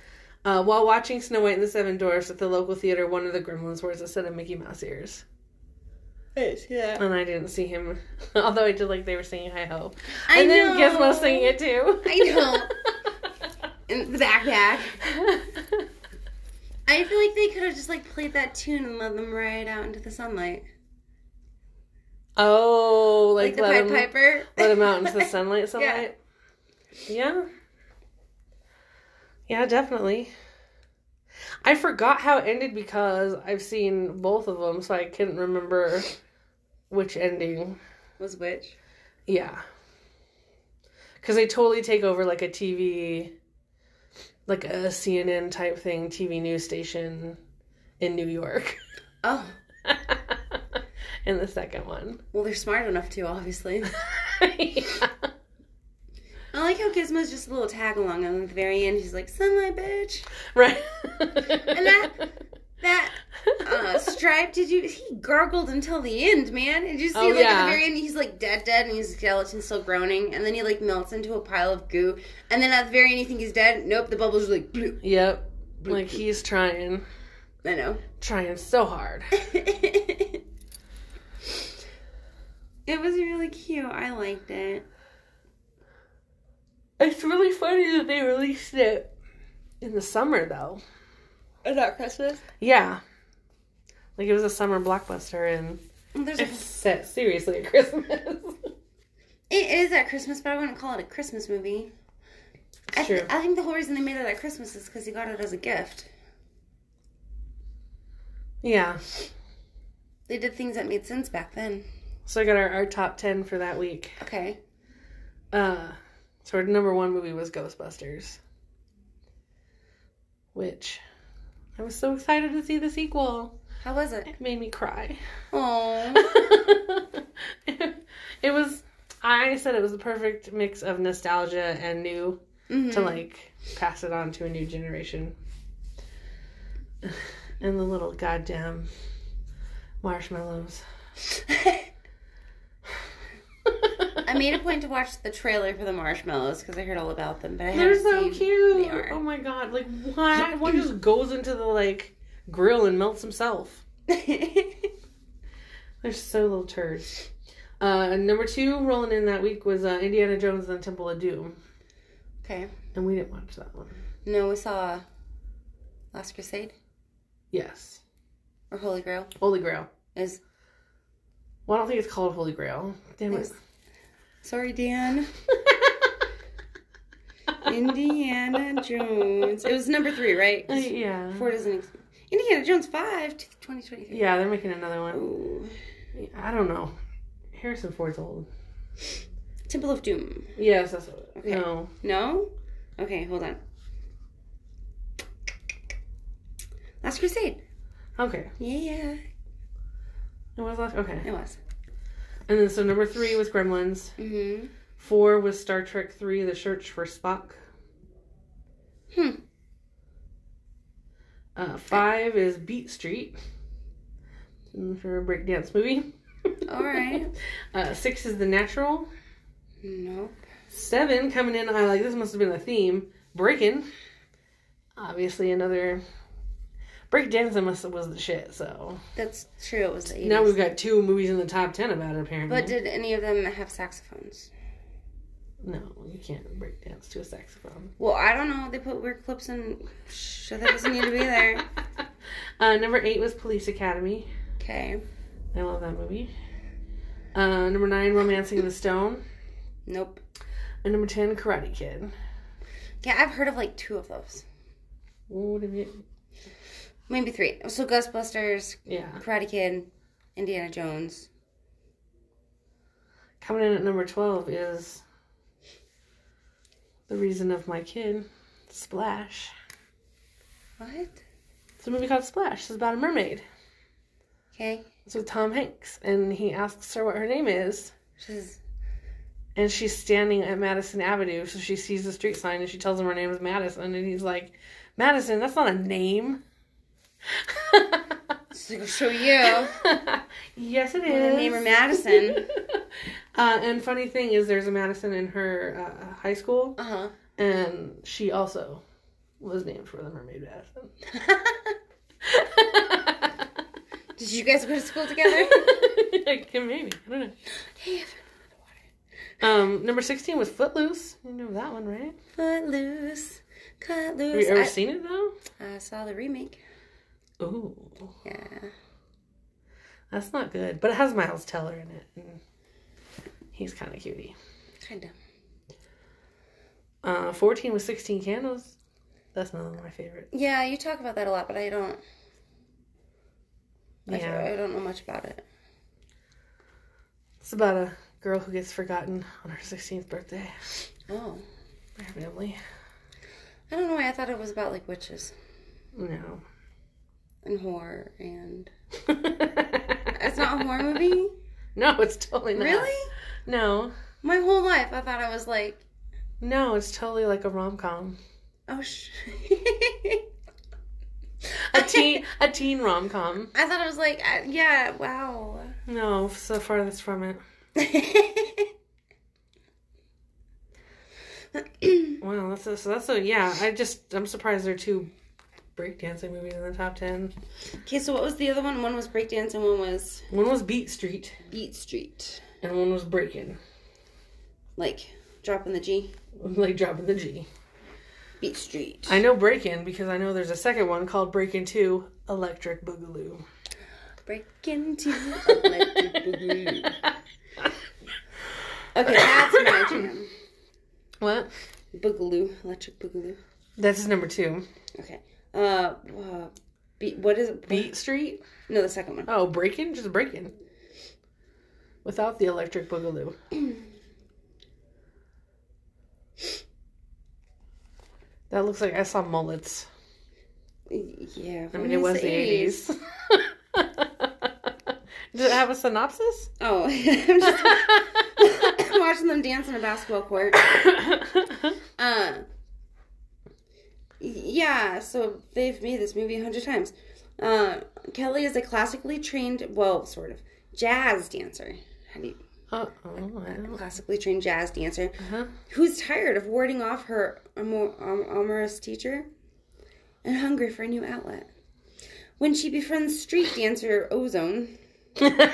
Speaker 1: Uh, while watching Snow White and the Seven Dwarfs at the local theater, one of the gremlins wears a set of Mickey Mouse ears.
Speaker 2: I didn't see that.
Speaker 1: And I didn't see him, although I did like they were singing Hi Ho.
Speaker 2: I
Speaker 1: and then
Speaker 2: know.
Speaker 1: Gizmo singing it too.
Speaker 2: I know. In the backpack. I feel like they could have just like played that tune and let them ride out into the sunlight,
Speaker 1: oh,
Speaker 2: like,
Speaker 1: like,
Speaker 2: the
Speaker 1: let,
Speaker 2: Pied
Speaker 1: him,
Speaker 2: Piper.
Speaker 1: let him out into the sunlight, sunlight. Yeah. Yeah, definitely. I forgot how it ended because I've seen both of them, so I couldn't remember which ending.
Speaker 2: Was which?
Speaker 1: Yeah. Because they totally take over like a TV, like a CNN type thing, TV news station in New York.
Speaker 2: Oh,
Speaker 1: in the second one.
Speaker 2: well, they're smart enough to obviously.
Speaker 1: yeah.
Speaker 2: I like how Gizmo's just a little tag along, and at the very end, he's like, "Sunlight, bitch."
Speaker 1: Right.
Speaker 2: that- That uh, Stripe, did you? He gargled until the end, man. Did you see?
Speaker 1: Oh,
Speaker 2: like at
Speaker 1: yeah.
Speaker 2: the very end, he's like dead, dead, and his skeleton's still groaning, and then he like melts into a pile of goo, and then at the very end, you think he's dead. Nope, the bubbles are like. Bloop.
Speaker 1: yep. Like he's trying,
Speaker 2: I know.
Speaker 1: trying so hard.
Speaker 2: it was really cute. I liked it.
Speaker 1: It's really funny that they released it in the summer though.
Speaker 2: Is that Christmas?
Speaker 1: Yeah. Like it was a summer blockbuster and
Speaker 2: There's a,
Speaker 1: it's set seriously at Christmas.
Speaker 2: it is at Christmas, but I wouldn't call it a Christmas movie. I, th-
Speaker 1: Sure.
Speaker 2: I think the whole reason they made it at Christmas is because he got it as a gift.
Speaker 1: Yeah.
Speaker 2: They did things that made sense back then.
Speaker 1: So I got our, our top 10 for that week.
Speaker 2: Okay.
Speaker 1: Uh, so our number one movie was Ghostbusters, which I was so excited to see the sequel.
Speaker 2: How was it?
Speaker 1: It made me cry.
Speaker 2: Oh,
Speaker 1: it was, I said it was the perfect mix of nostalgia and new
Speaker 2: Mm-hmm.
Speaker 1: to like pass it on to a new generation. And the little goddamn marshmallows.
Speaker 2: I made a point to watch the trailer for the marshmallows because I heard all about them, but I
Speaker 1: They're
Speaker 2: haven't
Speaker 1: so
Speaker 2: seen-
Speaker 1: cute.
Speaker 2: They are.
Speaker 1: Oh my god! Like what? One just goes into the like grill and melts himself. They're so little turds. Uh, number two rolling in that week was uh, Indiana Jones and the Temple of Doom,
Speaker 2: okay.
Speaker 1: and we didn't watch that one.
Speaker 2: No, we saw Last Crusade
Speaker 1: Yes,
Speaker 2: or Holy Grail.
Speaker 1: Holy Grail.
Speaker 2: Is
Speaker 1: Well, I don't think it's called Holy Grail. Damn it.
Speaker 2: Thanks. sorry, Dan. Indiana Jones. It was number three, right? 'Cause
Speaker 1: Uh, yeah.
Speaker 2: Four doesn't exist. Indiana Jones 5, t- 2023.
Speaker 1: Yeah, they're making another one.
Speaker 2: Ooh.
Speaker 1: I don't know. Harrison Ford's old.
Speaker 2: Temple of Doom.
Speaker 1: Yes, that's
Speaker 2: Okay.
Speaker 1: no.
Speaker 2: No? Okay, hold on. Last Crusade.
Speaker 1: Okay,
Speaker 2: Yeah,
Speaker 1: it was last. Okay,
Speaker 2: it was.
Speaker 1: and then so number three was Gremlins.
Speaker 2: Mm-hmm.
Speaker 1: Four was Star Trek Three: The Search for Spock.
Speaker 2: Hmm.
Speaker 1: Uh, five is Beat Street Mm, for a breakdance movie.
Speaker 2: All right.
Speaker 1: Uh, six is The Natural.
Speaker 2: Nope.
Speaker 1: Seven coming in, I like this must have been a theme. Breaking, obviously another breakdancing must was the shit. So
Speaker 2: That's true. It was the 80s.
Speaker 1: now we've got two movies in the top ten about it. Apparently,
Speaker 2: But did any of them have saxophones?
Speaker 1: no, you can't breakdance to a saxophone.
Speaker 2: Well, I don't know. They put weird clips in. Shh, that doesn't need to be there.
Speaker 1: Uh, number eight was Police Academy.
Speaker 2: Okay.
Speaker 1: I love that movie. Uh, number nine, Romancing the Stone.
Speaker 2: Nope.
Speaker 1: And number ten, Karate Kid.
Speaker 2: Yeah, I've heard of like two of those.
Speaker 1: What have you?
Speaker 2: Maybe three. So Ghostbusters,
Speaker 1: Yeah.
Speaker 2: Karate Kid, Indiana Jones.
Speaker 1: Coming in at number twelve is The Reason of My Kid, Splash.
Speaker 2: What?
Speaker 1: It's a movie called Splash. It's about a mermaid.
Speaker 2: Okay.
Speaker 1: It's with Tom Hanks, and he asks her what her name is,
Speaker 2: She's
Speaker 1: and she's standing at Madison Avenue, so she sees the street sign, and she tells him her name is Madison, and he's like, "Madison, that's not a name."
Speaker 2: she's gonna show you.
Speaker 1: yes, it
Speaker 2: The
Speaker 1: is.
Speaker 2: name her Madison.
Speaker 1: Uh, and funny
Speaker 2: Uh-huh.
Speaker 1: thing is, there's a Madison in her uh, high school,
Speaker 2: Uh huh.
Speaker 1: and she also was named for the mermaid Madison.
Speaker 2: Did you guys go to school together?
Speaker 1: like, maybe. I don't know.
Speaker 2: hey,
Speaker 1: Um, number 16 was Footloose. You know that one, right?
Speaker 2: foot loose, cut
Speaker 1: Have you
Speaker 2: loose.
Speaker 1: ever
Speaker 2: I,
Speaker 1: seen it, though?
Speaker 2: I saw the remake.
Speaker 1: Ooh.
Speaker 2: Yeah.
Speaker 1: That's not good. But it has Miles Teller in it. And he's kind of cutie.
Speaker 2: Kind of.
Speaker 1: Uh, 14 was 16 Candles. That's another one of my favorites.
Speaker 2: Yeah, you talk about that a lot, but I don't. I,
Speaker 1: Yeah.
Speaker 2: I don't know much about it.
Speaker 1: It's about a girl who gets forgotten on her 16th birthday
Speaker 2: Oh,
Speaker 1: by her family.
Speaker 2: I don't know. why I thought it was about like witches
Speaker 1: No.
Speaker 2: and horror, and
Speaker 1: it's
Speaker 2: it's not a horror movie.
Speaker 1: No, it's totally not.
Speaker 2: Really?
Speaker 1: No.
Speaker 2: My whole life, I thought I was like,
Speaker 1: No, it's totally like a rom com.
Speaker 2: oh sh.
Speaker 1: A teen a teen rom com.
Speaker 2: I thought I was like, I, yeah, wow.
Speaker 1: No, so far that's from it. Wow, that's a, so that's a yeah, I just I'm surprised there are two breakdancing movies in the top ten.
Speaker 2: okay, so what was the other one? One was breakdance and one was
Speaker 1: One was Beat Street
Speaker 2: Beat Street.
Speaker 1: and one was Breakin'.
Speaker 2: Like dropping the G.
Speaker 1: Like dropping the G.
Speaker 2: Beat Street.
Speaker 1: I know Breakin' because I know there's a second one called Breakin' 2 Electric Boogaloo.
Speaker 2: Break into electric boogaloo. Okay, that's my jam.
Speaker 1: What?
Speaker 2: Boogaloo, electric boogaloo.
Speaker 1: That's number two.
Speaker 2: Okay. Uh, uh beat. What is it?
Speaker 1: Beat Street?
Speaker 2: No, the second one.
Speaker 1: Oh, Breakin'? Just Breakin'. Without the Electric Boogaloo. that looks like I saw mullets.
Speaker 2: Yeah.
Speaker 1: I mean, it was the 80s. Does it have a synopsis?
Speaker 2: Oh, I'm just watching them dance on a basketball court. Uh, yeah, so they've made this movie a hundred times. Uh, Kelly is a classically trained, well, sort of, jazz dancer. How do you,
Speaker 1: Uh oh, I don't.
Speaker 2: classically trained jazz dancer
Speaker 1: Uh-huh.
Speaker 2: who's tired of warding off her amor- um, amorous teacher and hungry for a new outlet. When she befriends street dancer Ozone,
Speaker 1: yeah,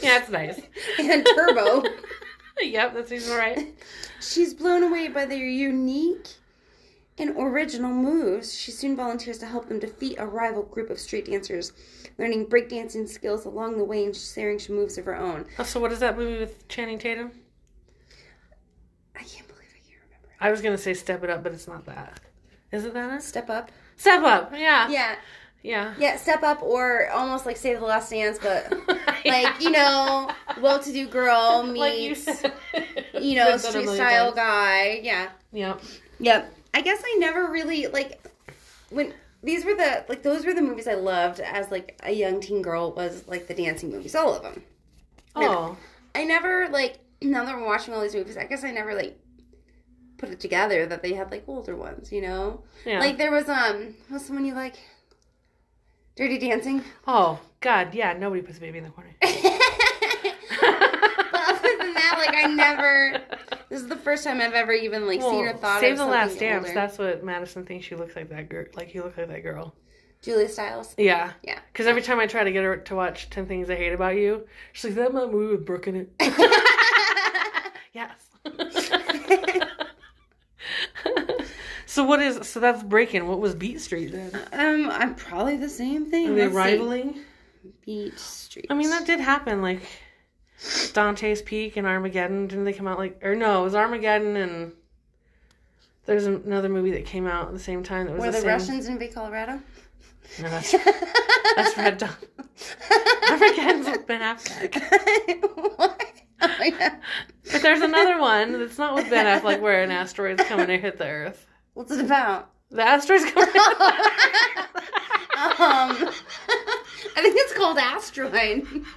Speaker 1: that's nice.
Speaker 2: And Turbo.
Speaker 1: yep, that seems right.
Speaker 2: she's blown away by their unique and original moves. She soon volunteers to help them defeat a rival group of street dancers, learning breakdancing skills along the way and sharing some moves of her own.
Speaker 1: Oh, so, what is that movie with Channing Tatum?
Speaker 2: I can't believe I can't remember. it.
Speaker 1: I was gonna say Step It Up, but it's not that. Isn't that it?
Speaker 2: Step up.
Speaker 1: Step Up. Yeah.
Speaker 2: Yeah.
Speaker 1: Yeah.
Speaker 2: Yeah, step up or almost like Save the Last Dance, but
Speaker 1: Yeah.
Speaker 2: like you know, well-to-do girl
Speaker 1: Like you
Speaker 2: meets
Speaker 1: said.
Speaker 2: you, know
Speaker 1: Said that a
Speaker 2: street
Speaker 1: million
Speaker 2: style
Speaker 1: times.
Speaker 2: guy. Yeah.
Speaker 1: Yep.
Speaker 2: Yep. I guess I never really like when these were the like those were the movies I loved as like a young teen girl was like the dancing movies, all of them.
Speaker 1: Oh.
Speaker 2: I never like now that we're watching all these movies, I guess I never like put it together that they had like older ones, you know?
Speaker 1: Yeah.
Speaker 2: Like there was um what's the one you like? Dirty Dancing.
Speaker 1: oh God. Yeah. Nobody puts a baby in the corner.
Speaker 2: but other than that, like I never. This is the first time I've ever even like seen or
Speaker 1: Well,
Speaker 2: thought
Speaker 1: Save
Speaker 2: of
Speaker 1: the
Speaker 2: something
Speaker 1: Last Dance.
Speaker 2: older.
Speaker 1: That's what Madison thinks. She looks like that girl. Like you look like that girl.
Speaker 2: Julia Stiles.
Speaker 1: Yeah.
Speaker 2: Yeah.
Speaker 1: Because every time I try to get her to watch Ten Things I Hate About You, she's like, "That my movie with Brooke in it." yes. so what is? So that's breaking. What was Beat Street then?
Speaker 2: um, I'm probably the same
Speaker 1: Are
Speaker 2: thing.
Speaker 1: they
Speaker 2: Let's see.
Speaker 1: rivaling?
Speaker 2: Beach Street.
Speaker 1: I mean, that did happen. Like Dante's Peak and Armageddon. Didn't they come out like? Or no, it was Armageddon and. There's another movie that came out at the same time that was
Speaker 2: were the
Speaker 1: same.
Speaker 2: Russians in Big Colorado?
Speaker 1: No, that's, that's Red Dawn. Armageddon's with Ben Affleck.
Speaker 2: what? Oh my God.
Speaker 1: But there's another one that's not with Ben Affleck where an asteroid's coming to hit the Earth.
Speaker 2: What's it about?
Speaker 1: The asteroid's coming.
Speaker 2: um, I think it's called Asteroid.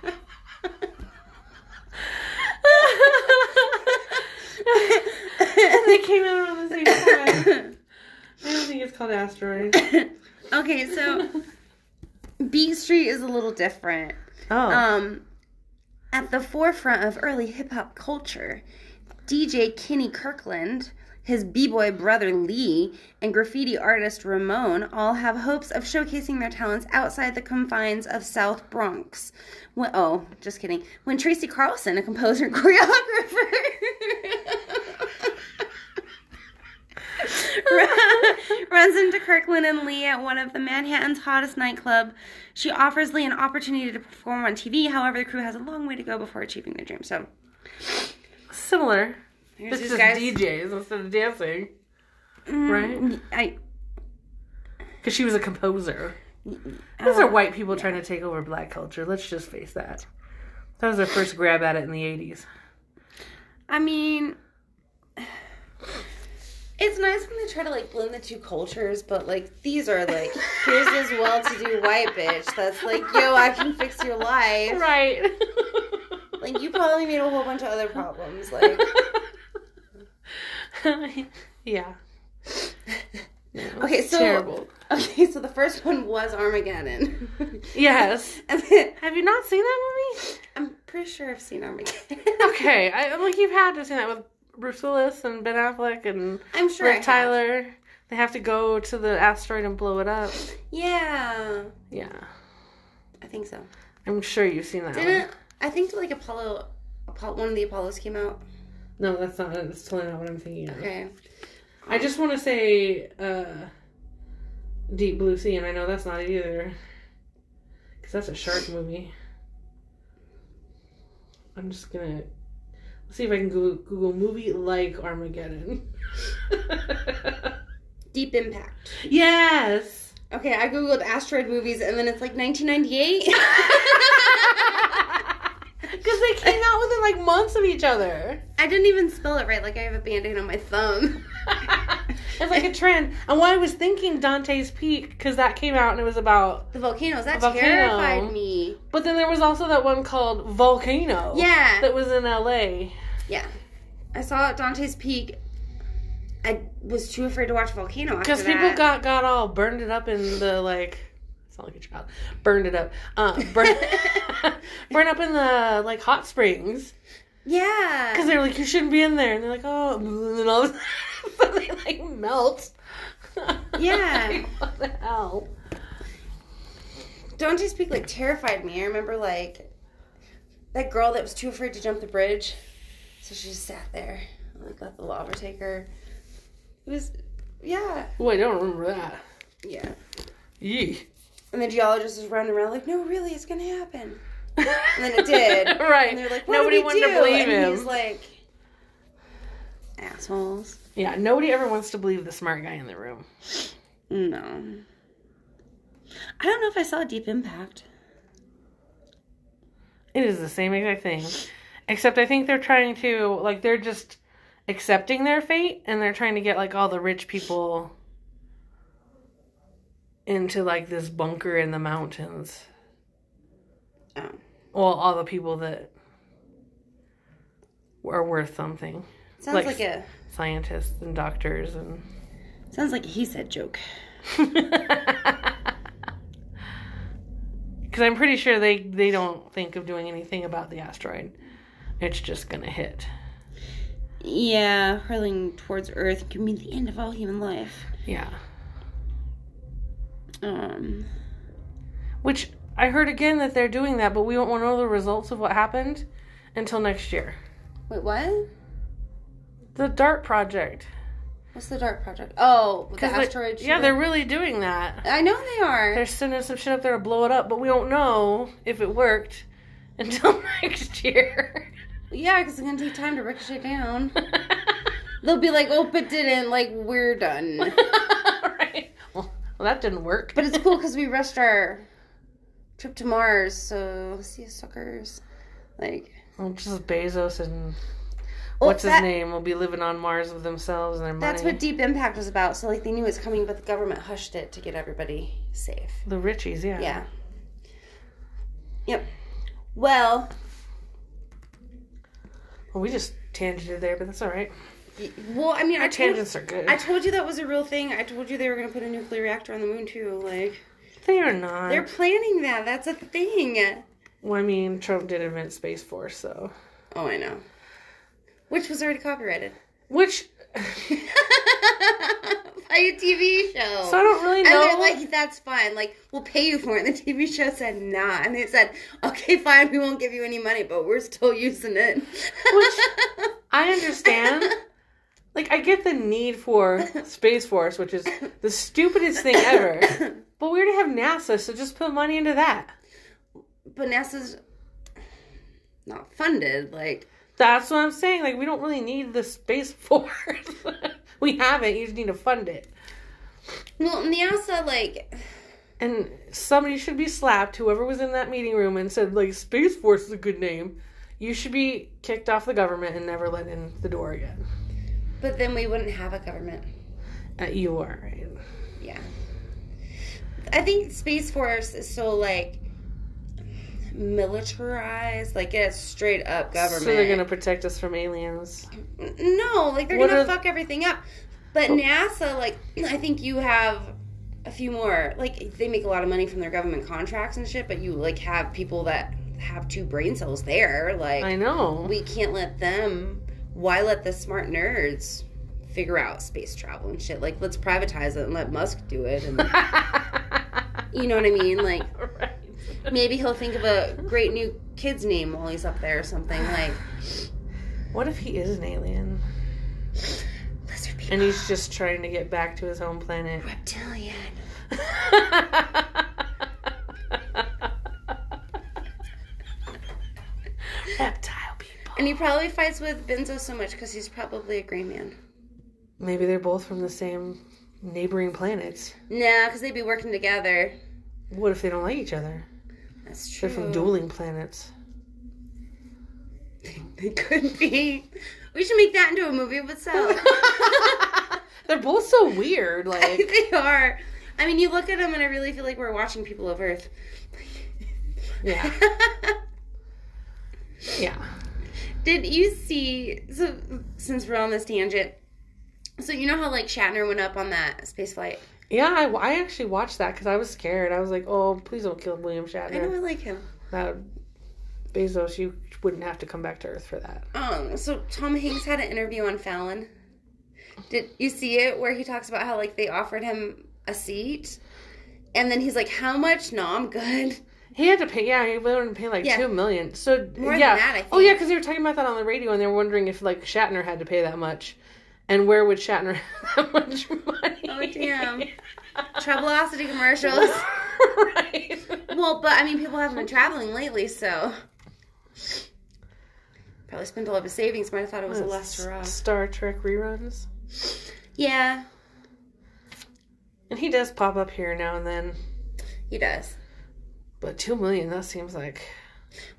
Speaker 1: they came out around the same time. I don't think it's called Asteroid.
Speaker 2: okay, so Beat Street is a little different.
Speaker 1: Oh.
Speaker 2: Um, at the forefront of early hip hop culture, DJ Kenny Kirkland, his b boy brother Lee, and graffiti artist Ramon all have hopes of showcasing their talents outside the confines of South Bronx. When, oh, just kidding. When Tracy Carlson, a composer and choreographer, run- runs into Kirkland and Lee at one of the Manhattan's hottest nightclub. She offers Lee an opportunity to perform on TV. However, the crew has a long way to go before achieving their dream. So,
Speaker 1: Similar.
Speaker 2: here's
Speaker 1: It's
Speaker 2: these
Speaker 1: just
Speaker 2: guys.
Speaker 1: DJs instead of dancing, right?
Speaker 2: Mm, I,
Speaker 1: Because she was a composer. Those
Speaker 2: oh,
Speaker 1: are white people trying to take over black culture. Let's just face that. That was their first grab at it in the 80s.
Speaker 2: I mean, it's nice when they try to like blend the two cultures, but like these are like here's this well-to-do white bitch that's like, yo, I can fix your life.
Speaker 1: Right.
Speaker 2: Like you probably made a whole bunch of other problems. Like,
Speaker 1: yeah.
Speaker 2: okay, so
Speaker 1: Terrible.
Speaker 2: okay, so the first one was Armageddon.
Speaker 1: Yes.
Speaker 2: And then-
Speaker 1: Have you not seen that movie?
Speaker 2: I'm pretty sure I've seen Armageddon.
Speaker 1: Okay, I, I'm like you've had to see that with Bruce Willis and Ben Affleck and
Speaker 2: I'm sure. I
Speaker 1: Rick
Speaker 2: have.
Speaker 1: Tyler. They have to go to the asteroid and blow it up.
Speaker 2: Yeah,
Speaker 1: Yeah,
Speaker 2: I think so.
Speaker 1: I'm sure you've seen that. one.
Speaker 2: Didn't I think like Apollo, Apollo, one of the Apollos came out.
Speaker 1: No, that's not. That's totally not what I'm thinking of.
Speaker 2: Okay.
Speaker 1: I just want to say uh, Deep Blue Sea, and I know that's not it either, because that's a shark movie. I'm just gonna let's see if I can Google, Google movie like Armageddon.
Speaker 2: Deep Impact.
Speaker 1: yes.
Speaker 2: Okay, I googled asteroid movies and then it's like 1998.
Speaker 1: Because they came out within like months of each other.
Speaker 2: I didn't even spell it right, like I have a band aid on my thumb.
Speaker 1: it's like a trend. And why I was thinking Dante's Peak, because that came out and it was about.
Speaker 2: The volcanoes, that
Speaker 1: Volcano.
Speaker 2: terrified me.
Speaker 1: But then there was also that one called Volcano.
Speaker 2: Yeah,
Speaker 1: That was in LA.
Speaker 2: yeah. I saw Dante's Peak. I was too afraid to watch Volcano after
Speaker 1: Because people
Speaker 2: that.
Speaker 1: got, got all burned it up in the like. Sound like a child. Burned it up. Uh, burn, burn up in the like hot springs. Because
Speaker 2: Yeah.
Speaker 1: they're like, you shouldn't be in there. And they're like, oh. And then all of a sudden they like melt.
Speaker 2: Yeah.
Speaker 1: Like, what the hell?
Speaker 2: Dante's Peak, like, terrified me. I remember, like, that girl that was too afraid to jump the bridge. So she just sat there. and, Like, let the lava take her. It was, yeah.
Speaker 1: Wait, I don't remember that.
Speaker 2: Yeah.
Speaker 1: Yee.
Speaker 2: And the geologist was running around like, no, really, it's gonna happen.
Speaker 1: and
Speaker 2: then it did.
Speaker 1: right.
Speaker 2: And they're like, what
Speaker 1: nobody
Speaker 2: did we
Speaker 1: wanted
Speaker 2: do?
Speaker 1: to believe
Speaker 2: and
Speaker 1: him.
Speaker 2: he's like, assholes.
Speaker 1: yeah, nobody ever wants to believe the smart guy in the room.
Speaker 2: No. I don't know if I saw Deep Impact.
Speaker 1: It is the same exact thing. Except I think they're trying to, like, they're just accepting their fate and they're trying to get, like, all the rich people into, like, this bunker in the mountains.
Speaker 2: Oh.
Speaker 1: Well, all the people that are worth something
Speaker 2: Sounds
Speaker 1: Like-
Speaker 2: like, a
Speaker 1: scientists and doctors and.
Speaker 2: sounds like a he said joke.
Speaker 1: Because I'm pretty sure they, they don't think of doing anything about the asteroid. It's just going to hit.
Speaker 2: Yeah, hurling towards Earth could mean the end of all human life.
Speaker 1: Yeah.
Speaker 2: Um
Speaker 1: Which I heard again that they're doing that, but we won't know the results of what happened until next year.
Speaker 2: Wait, what?
Speaker 1: The DART project.
Speaker 2: What's the dark project? Oh, with the
Speaker 1: 'Cause, like,
Speaker 2: asteroid.
Speaker 1: yeah,
Speaker 2: shooter.
Speaker 1: they're really doing that.
Speaker 2: I know they are.
Speaker 1: They're sending some shit up there to blow it up, but we won't know if it worked until next year.
Speaker 2: Yeah, because it's gonna take time to ricochet down. They'll be like, oh, but didn't. Like, we're done.
Speaker 1: right. Well, well, that didn't work.
Speaker 2: But it's cool because we rushed our trip to Mars, so see you suckers. Like,
Speaker 1: Well, just Bezos and
Speaker 2: well,
Speaker 1: what's
Speaker 2: that-
Speaker 1: his name will be living on Mars with themselves and their money.
Speaker 2: That's what Deep Impact was about. So like, they knew it was coming, but the government hushed it to get everybody safe.
Speaker 1: the Richies, yeah.
Speaker 2: Yeah. Yep. Well,
Speaker 1: Well, we just tangented there, but that's all right.
Speaker 2: y- well, I mean, I told,
Speaker 1: Tangents are good.
Speaker 2: I told you that was a real thing. I told you they were gonna put a nuclear reactor on the moon too. Like,
Speaker 1: they are not.
Speaker 2: they're planning that. That's a thing.
Speaker 1: Well, I mean, Trump did invent Space Force, so
Speaker 2: Oh, I know. Which was already copyrighted.
Speaker 1: Which
Speaker 2: By a TV show.
Speaker 1: so I don't really
Speaker 2: and they're
Speaker 1: know.
Speaker 2: like, that's fine. Like, we'll pay you for it. And the TV show said, nah. And they said, okay, fine. We won't give you any money, but we're still using it.
Speaker 1: Which- I understand. Like I get the need for Space Force, which is the stupidest thing ever. But we already have NASA, so just put money into that.
Speaker 2: but NASA's not funded. Like,
Speaker 1: That's what I'm saying. Like we don't really need the Space Force. we have it. You just need to fund it.
Speaker 2: well, NASA, like,
Speaker 1: And somebody should be slapped. Whoever was in that meeting room and said like Space Force is a good name. You should be kicked off the government and never let in the door again.
Speaker 2: but then we wouldn't have a government.
Speaker 1: Uh, you are right.
Speaker 2: Yeah. I think Space Force is so, like, militarized. Like, it's straight up government.
Speaker 1: So they're gonna protect us from aliens.
Speaker 2: N- No, like they're
Speaker 1: What
Speaker 2: gonna
Speaker 1: are-
Speaker 2: fuck everything up. But
Speaker 1: Oh.
Speaker 2: NASA, like, I think you have a few more. Like, they make a lot of money from their government contracts and shit. But you like have people that have two brain cells there. Like,
Speaker 1: I know.
Speaker 2: we can't let them. Why let the smart nerds figure out space travel and shit? Like, let's privatize it and let Musk do it. And you know what I mean? Like,
Speaker 1: Right.
Speaker 2: maybe he'll think of a great new kid's name while he's up there or something. Like,
Speaker 1: What if he is an alien
Speaker 2: lizard people,
Speaker 1: and he's just trying to get back to his home planet?
Speaker 2: reptilian.
Speaker 1: Reptile people.
Speaker 2: And he probably fights with Benzo so much because he's probably a gray man.
Speaker 1: Maybe they're both from the same neighboring planets.
Speaker 2: Nah, because they'd be working together.
Speaker 1: What if they don't like each other?
Speaker 2: That's true.
Speaker 1: They're from dueling planets.
Speaker 2: They could be. We should make that into a movie of itself.
Speaker 1: They're both so weird. Like,
Speaker 2: they are. I mean, you look at them, and I really feel like we're watching people of Earth.
Speaker 1: yeah, yeah.
Speaker 2: Did you see? So, since we're on this tangent, so you know how like Shatner went up on that space flight?
Speaker 1: Yeah, I, I actually watched that because I was scared. I was like, oh, please don't kill William Shatner.
Speaker 2: I know I like him.
Speaker 1: That would, Bezos, you wouldn't have to come back to Earth for that.
Speaker 2: Um, so Tom Hanks had an interview on Fallon. Did you see it where he talks about how like they offered him a seat? And then he's like, How much? No, I'm good.
Speaker 1: He had to pay. Yeah, he would pay like
Speaker 2: Yeah.
Speaker 1: two million. So
Speaker 2: More than
Speaker 1: yeah.
Speaker 2: that, I
Speaker 1: Oh yeah,
Speaker 2: think.
Speaker 1: because they were talking about that on the radio, and they were wondering if like Shatner had to pay that much, and where would Shatner have that much money?
Speaker 2: Oh, damn. Travelocity commercials.
Speaker 1: right.
Speaker 2: well, but I mean people haven't been traveling lately, so probably spent all of his savings, might have thought it was a last hurrah.
Speaker 1: Star Trek reruns,
Speaker 2: Yeah,
Speaker 1: and he does pop up here now and then.
Speaker 2: he does.
Speaker 1: But two million, that seems like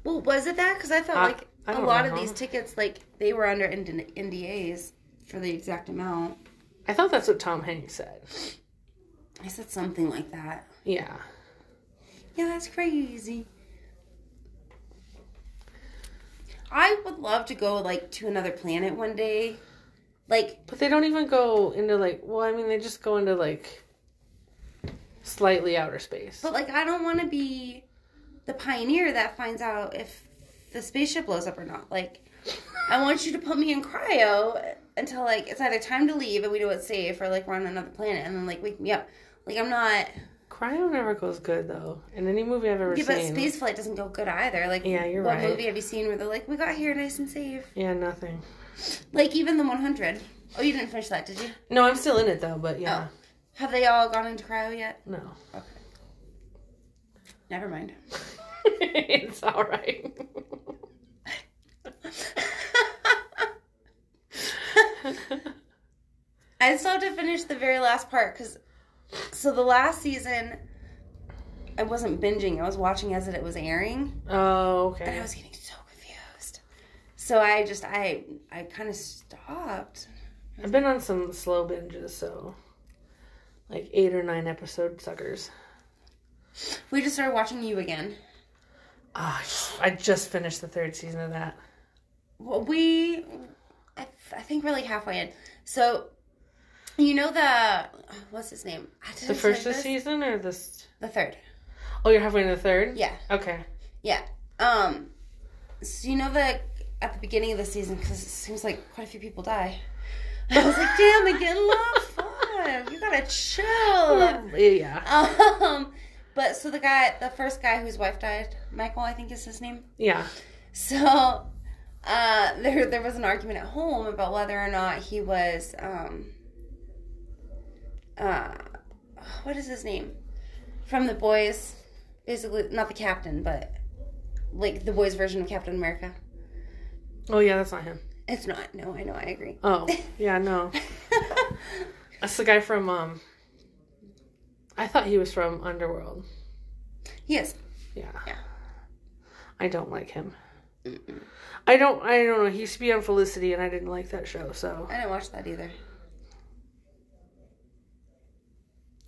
Speaker 2: Well, was it that? Because I thought
Speaker 1: I-
Speaker 2: like
Speaker 1: I
Speaker 2: a
Speaker 1: don't
Speaker 2: lot
Speaker 1: know.
Speaker 2: of these tickets, like they were under ND- NDAs for the exact amount.
Speaker 1: I thought that's what Tom Hanks said.
Speaker 2: I said something like that.
Speaker 1: Yeah.
Speaker 2: Yeah, that's crazy. I would love to go like to another planet one day. Like
Speaker 1: But they don't even go into like. Well, I mean, they just go into like slightly outer space.
Speaker 2: but like I don't want to be the pioneer that finds out if the spaceship blows up or not. Like I want you to put me in cryo until like it's either time to leave and we know it's safe or like we're on another planet and then like wake me up. Like I'm not
Speaker 1: Cryo never goes good though. In any movie I've ever
Speaker 2: Yeah, but
Speaker 1: seen.
Speaker 2: space flight doesn't go good either. Like
Speaker 1: Yeah, you're
Speaker 2: what
Speaker 1: right.
Speaker 2: movie have you seen where they're like, We got here nice and safe?
Speaker 1: Yeah, nothing.
Speaker 2: Like even the one hundred. Oh you didn't finish that, did you?
Speaker 1: No, I'm still in it though, but yeah.
Speaker 2: Have they all gone into cryo yet?
Speaker 1: No.
Speaker 2: Okay. Never mind.
Speaker 1: it's alright.
Speaker 2: I still have to finish the very last part because, so the last season, I wasn't binging. I was watching as it was airing,
Speaker 1: oh,
Speaker 2: and I
Speaker 1: okay.
Speaker 2: was getting so confused. So I just I I kind of stopped.
Speaker 1: I've been on some slow binges, so like eight or nine episode suckers.
Speaker 2: We just started watching you again.
Speaker 1: Ah, I just- I just finished the third season of that.
Speaker 2: Well, we, I, I think we're like halfway in. So, you know the what's his name? I didn't
Speaker 1: The first
Speaker 2: say
Speaker 1: of
Speaker 2: this.
Speaker 1: season or this?
Speaker 2: The third.
Speaker 1: Oh, you're halfway in the third.
Speaker 2: Yeah.
Speaker 1: Okay.
Speaker 2: Yeah. Um. So you know the at the beginning of the season because it seems like quite a few people die. I was like, damn, again, love five. You gotta chill.
Speaker 1: Yeah.
Speaker 2: Um, but so the guy, the first guy whose wife died, Michael, I think is his name.
Speaker 1: Yeah.
Speaker 2: So uh, there, there was an argument at home about whether or not he was, um, uh, what is his name from the boys? Basically, not the captain, but like the boys' version of Captain America.
Speaker 1: Oh yeah, that's not him.
Speaker 2: It's not. No, I know. I agree.
Speaker 1: Oh yeah, no. That's the guy from um. I thought he was from Underworld.
Speaker 2: yes.
Speaker 1: Yeah.
Speaker 2: Yeah.
Speaker 1: I don't like him.
Speaker 2: Mm-mm.
Speaker 1: I don't. I don't know. He used to be on Felicity, and I didn't like that show. So,
Speaker 2: I didn't watch that either.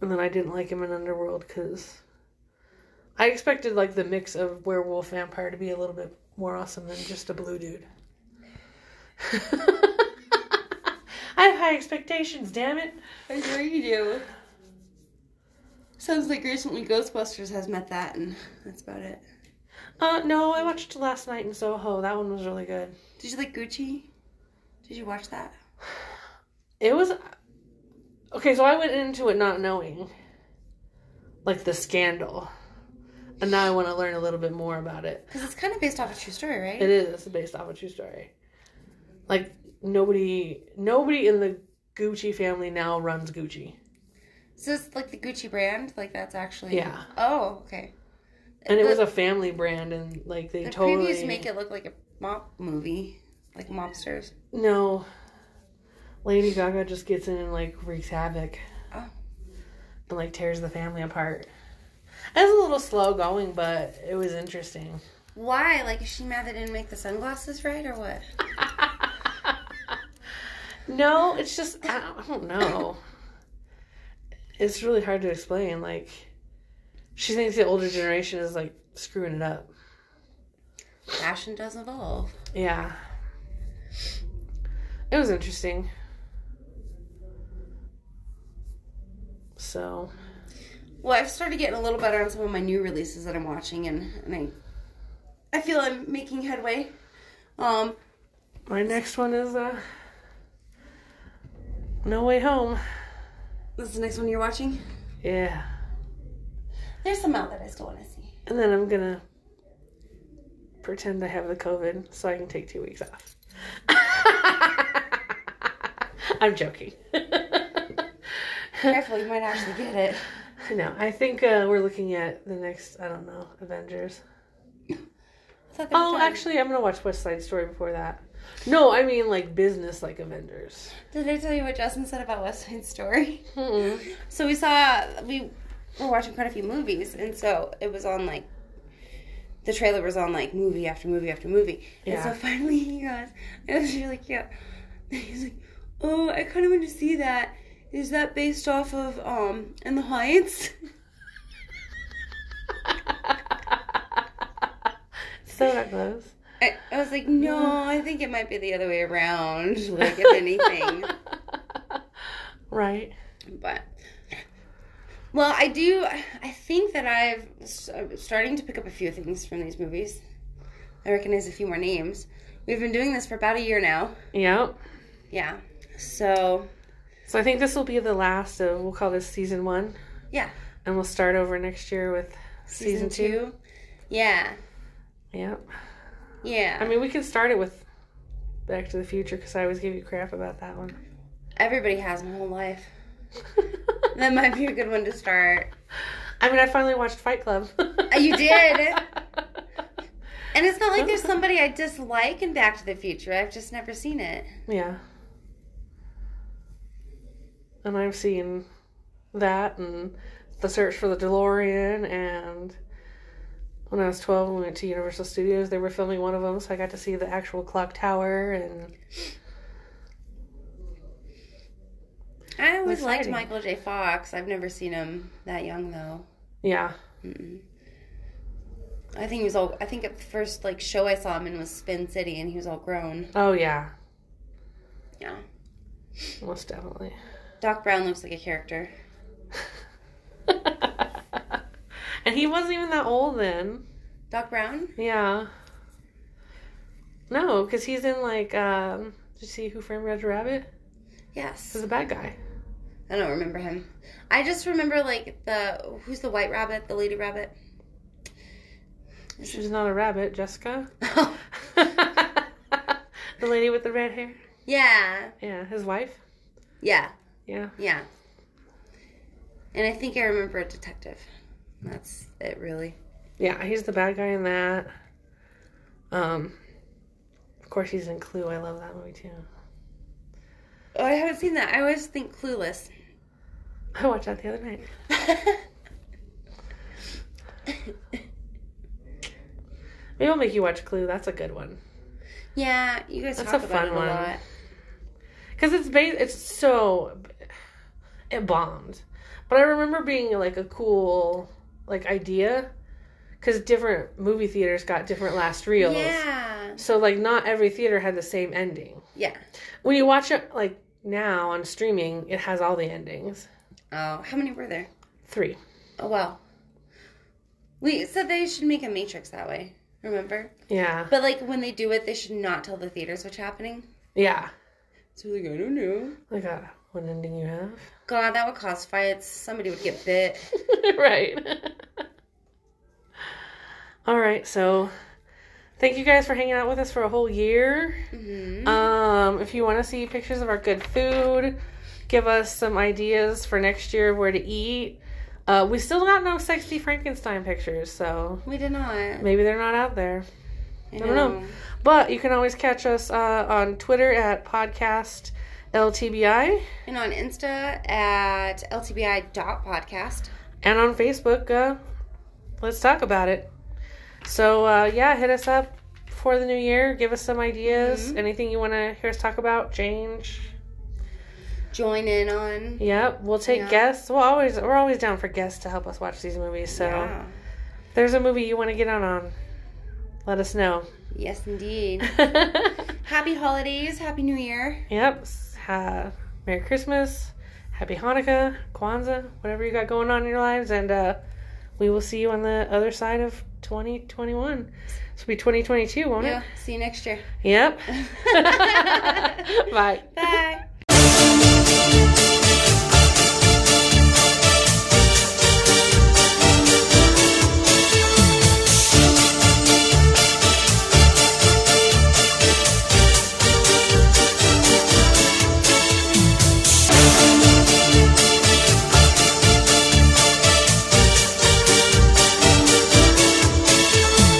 Speaker 1: and then I didn't like him in Underworld because I expected like the mix of werewolf vampire to be a little bit more awesome than just a blue dude. I have high expectations. Damn it.
Speaker 2: I know you do. Sounds like recently Ghostbusters has met that, and that's about it.
Speaker 1: Uh, no, I watched last night in Soho. That one was really good.
Speaker 2: Did you like Gucci? Did you watch that?
Speaker 1: It was okay. So I went into it not knowing, like the scandal, and now I want to learn a little bit more about it.
Speaker 2: Because it's kind of based off a true story, right?
Speaker 1: It is based off a true story. Like nobody, nobody in the Gucci family now runs Gucci,
Speaker 2: So it's like the Gucci brand, like that's actually.
Speaker 1: Yeah.
Speaker 2: Oh, okay.
Speaker 1: and it
Speaker 2: the,
Speaker 1: was a family brand, and like they
Speaker 2: the
Speaker 1: totally
Speaker 2: previews make it look like a mob movie, like mobsters.
Speaker 1: no. Lady Gaga just gets in and like wreaks havoc,
Speaker 2: Oh.
Speaker 1: and like tears the family apart. It was a little slow going, but it was interesting.
Speaker 2: Why? Like, is she mad they didn't make the sunglasses right, or what?
Speaker 1: no, it's just I don't- I don't know. It's really hard to explain. Like, she thinks the older generation is like screwing it up.
Speaker 2: Fashion does evolve.
Speaker 1: Yeah, it was interesting. So
Speaker 2: Well, I've started getting a little better on some of my new releases that I'm watching, and, and I, I feel I'm making headway. Um,
Speaker 1: my next one is uh, No Way Home.
Speaker 2: this is the next one you're watching.
Speaker 1: Yeah,
Speaker 2: There's some out that I still want to see.
Speaker 1: and then I'm gonna pretend I have the COVID so I can take two weeks off. I'm joking.
Speaker 2: Careful, you might actually get it.
Speaker 1: no, I think uh, we're looking at the next, I don't know, Avengers.
Speaker 2: I thought they were
Speaker 1: Oh,
Speaker 2: done.
Speaker 1: actually, I'm going to watch West Side Story before that. No, I mean like business like Avengers.
Speaker 2: did I tell you what Justin said about West Side Story?
Speaker 1: Mm-mm.
Speaker 2: So we saw we were watching quite a few movies, and so it was on like the trailer was on like movie after movie after movie. And
Speaker 1: Yeah.
Speaker 2: so finally he goes, it was really cute. He's like, "Oh, I kind of want to see that. Is that based off of um In the Heights?"
Speaker 1: so not close.
Speaker 2: I, I was like, "No, I think it might be the other way around. Like if anything."
Speaker 1: right.
Speaker 2: but well i do i think that i've s- I'm starting to pick up a few things from these movies i recognize a few more names we've been doing this for about a year now
Speaker 1: Yep.
Speaker 2: yeah so
Speaker 1: So I think this will be the last of, we'll call this season one.
Speaker 2: Yeah.
Speaker 1: And we'll start over next year with season, two.
Speaker 2: yeah
Speaker 1: Yep.
Speaker 2: yeah
Speaker 1: I mean, we can start it with Back to the Future because I always give you crap about that one.
Speaker 2: everybody has my whole life that might be a good one to start
Speaker 1: I mean, I finally watched Fight Club.
Speaker 2: Uh, you did. and it's not like there's somebody i dislike in back to the future i've just never seen it
Speaker 1: yeah. And I've seen that and The Search for the DeLorean and when I was 12 we went to Universal Studios they were filming one of them so I got to see the actual clock tower and
Speaker 2: i always liked
Speaker 1: Exciting.
Speaker 2: michael j fox i've never seen him that young though
Speaker 1: yeah.
Speaker 2: Mm-mm. Mm-hmm. I think he was all. I think at the first like show I saw him in was Spin City, and he was all grown.
Speaker 1: Oh yeah.
Speaker 2: Yeah,
Speaker 1: Most definitely.
Speaker 2: Doc Brown looks like a character.
Speaker 1: and he wasn't even that old then.
Speaker 2: Doc Brown?
Speaker 1: Yeah. No, because he's in like um. Did you see Who Framed Roger Rabbit?
Speaker 2: Yes.
Speaker 1: He's a bad guy.
Speaker 2: I don't remember him. I just remember like the who's the white rabbit, the lady rabbit.
Speaker 1: She's not a rabbit, Jessica. the lady with the red hair.
Speaker 2: yeah,
Speaker 1: Yeah, his wife.
Speaker 2: yeah,
Speaker 1: Yeah.
Speaker 2: yeah. And I think I remember a detective. That's it, really.
Speaker 1: Yeah, he's the bad guy in that. Um, of course he's in Clue. I love that movie too.
Speaker 2: Oh, I haven't seen that. I always think Clueless.
Speaker 1: I watched that the other night. Maybe I'll make you watch Clue. That's a good one.
Speaker 2: yeah, you guys
Speaker 1: That's
Speaker 2: talk
Speaker 1: a
Speaker 2: about
Speaker 1: fun
Speaker 2: it a
Speaker 1: one.
Speaker 2: lot.
Speaker 1: Cause it's bas- it's so it bombed, but I remember being like a cool like idea, cause different movie theaters got different last reels.
Speaker 2: Yeah,
Speaker 1: So like not every theater had the same ending.
Speaker 2: yeah.
Speaker 1: When you watch it like now on streaming, it has all the endings.
Speaker 2: Oh, how many were there?
Speaker 1: Three.
Speaker 2: Oh well. We said they should make a Matrix that way. Remember?
Speaker 1: Yeah.
Speaker 2: But like when they do it, they should not tell the theaters what's happening.
Speaker 1: Yeah.
Speaker 2: So like I don't know.
Speaker 1: Like uh, what ending you have?
Speaker 2: God, that would cause fights. Somebody would get bit.
Speaker 1: right. All right, so thank you guys for hanging out with us for a whole year.
Speaker 2: hmm
Speaker 1: Um, if you want to see pictures of our good food, give us some ideas for next year of where to eat. Uh, we still got no sexy Frankenstein pictures, so
Speaker 2: We did not. I
Speaker 1: maybe they're not out there.
Speaker 2: know.
Speaker 1: know. But you can always catch us uh, on Twitter at podcast LTBI
Speaker 2: And on Insta at ltbi.podcast.
Speaker 1: and on Facebook. Uh, let's talk about it. So uh, yeah, hit us up for the new year. Give us some ideas.
Speaker 2: Mhm.
Speaker 1: Anything you want to hear us talk about? Change.
Speaker 2: Join in on.
Speaker 1: Yep, we'll take
Speaker 2: Yeah.
Speaker 1: guests. We'll always we're always down for guests to help us watch these movies. So
Speaker 2: Yeah.
Speaker 1: if there's a movie you want to get on on. Let us know.
Speaker 2: Yes, indeed.
Speaker 1: yep.
Speaker 2: Happy holidays. Happy New Year.
Speaker 1: s- Ha Merry Christmas. Happy Hanukkah, Kwanzaa, whatever you got going on in your lives, and uh, we will see you on the other side of 2021. This will be 2022, won't
Speaker 2: Yeah. See you next year.
Speaker 1: it? Yep. Bye.
Speaker 2: Bye.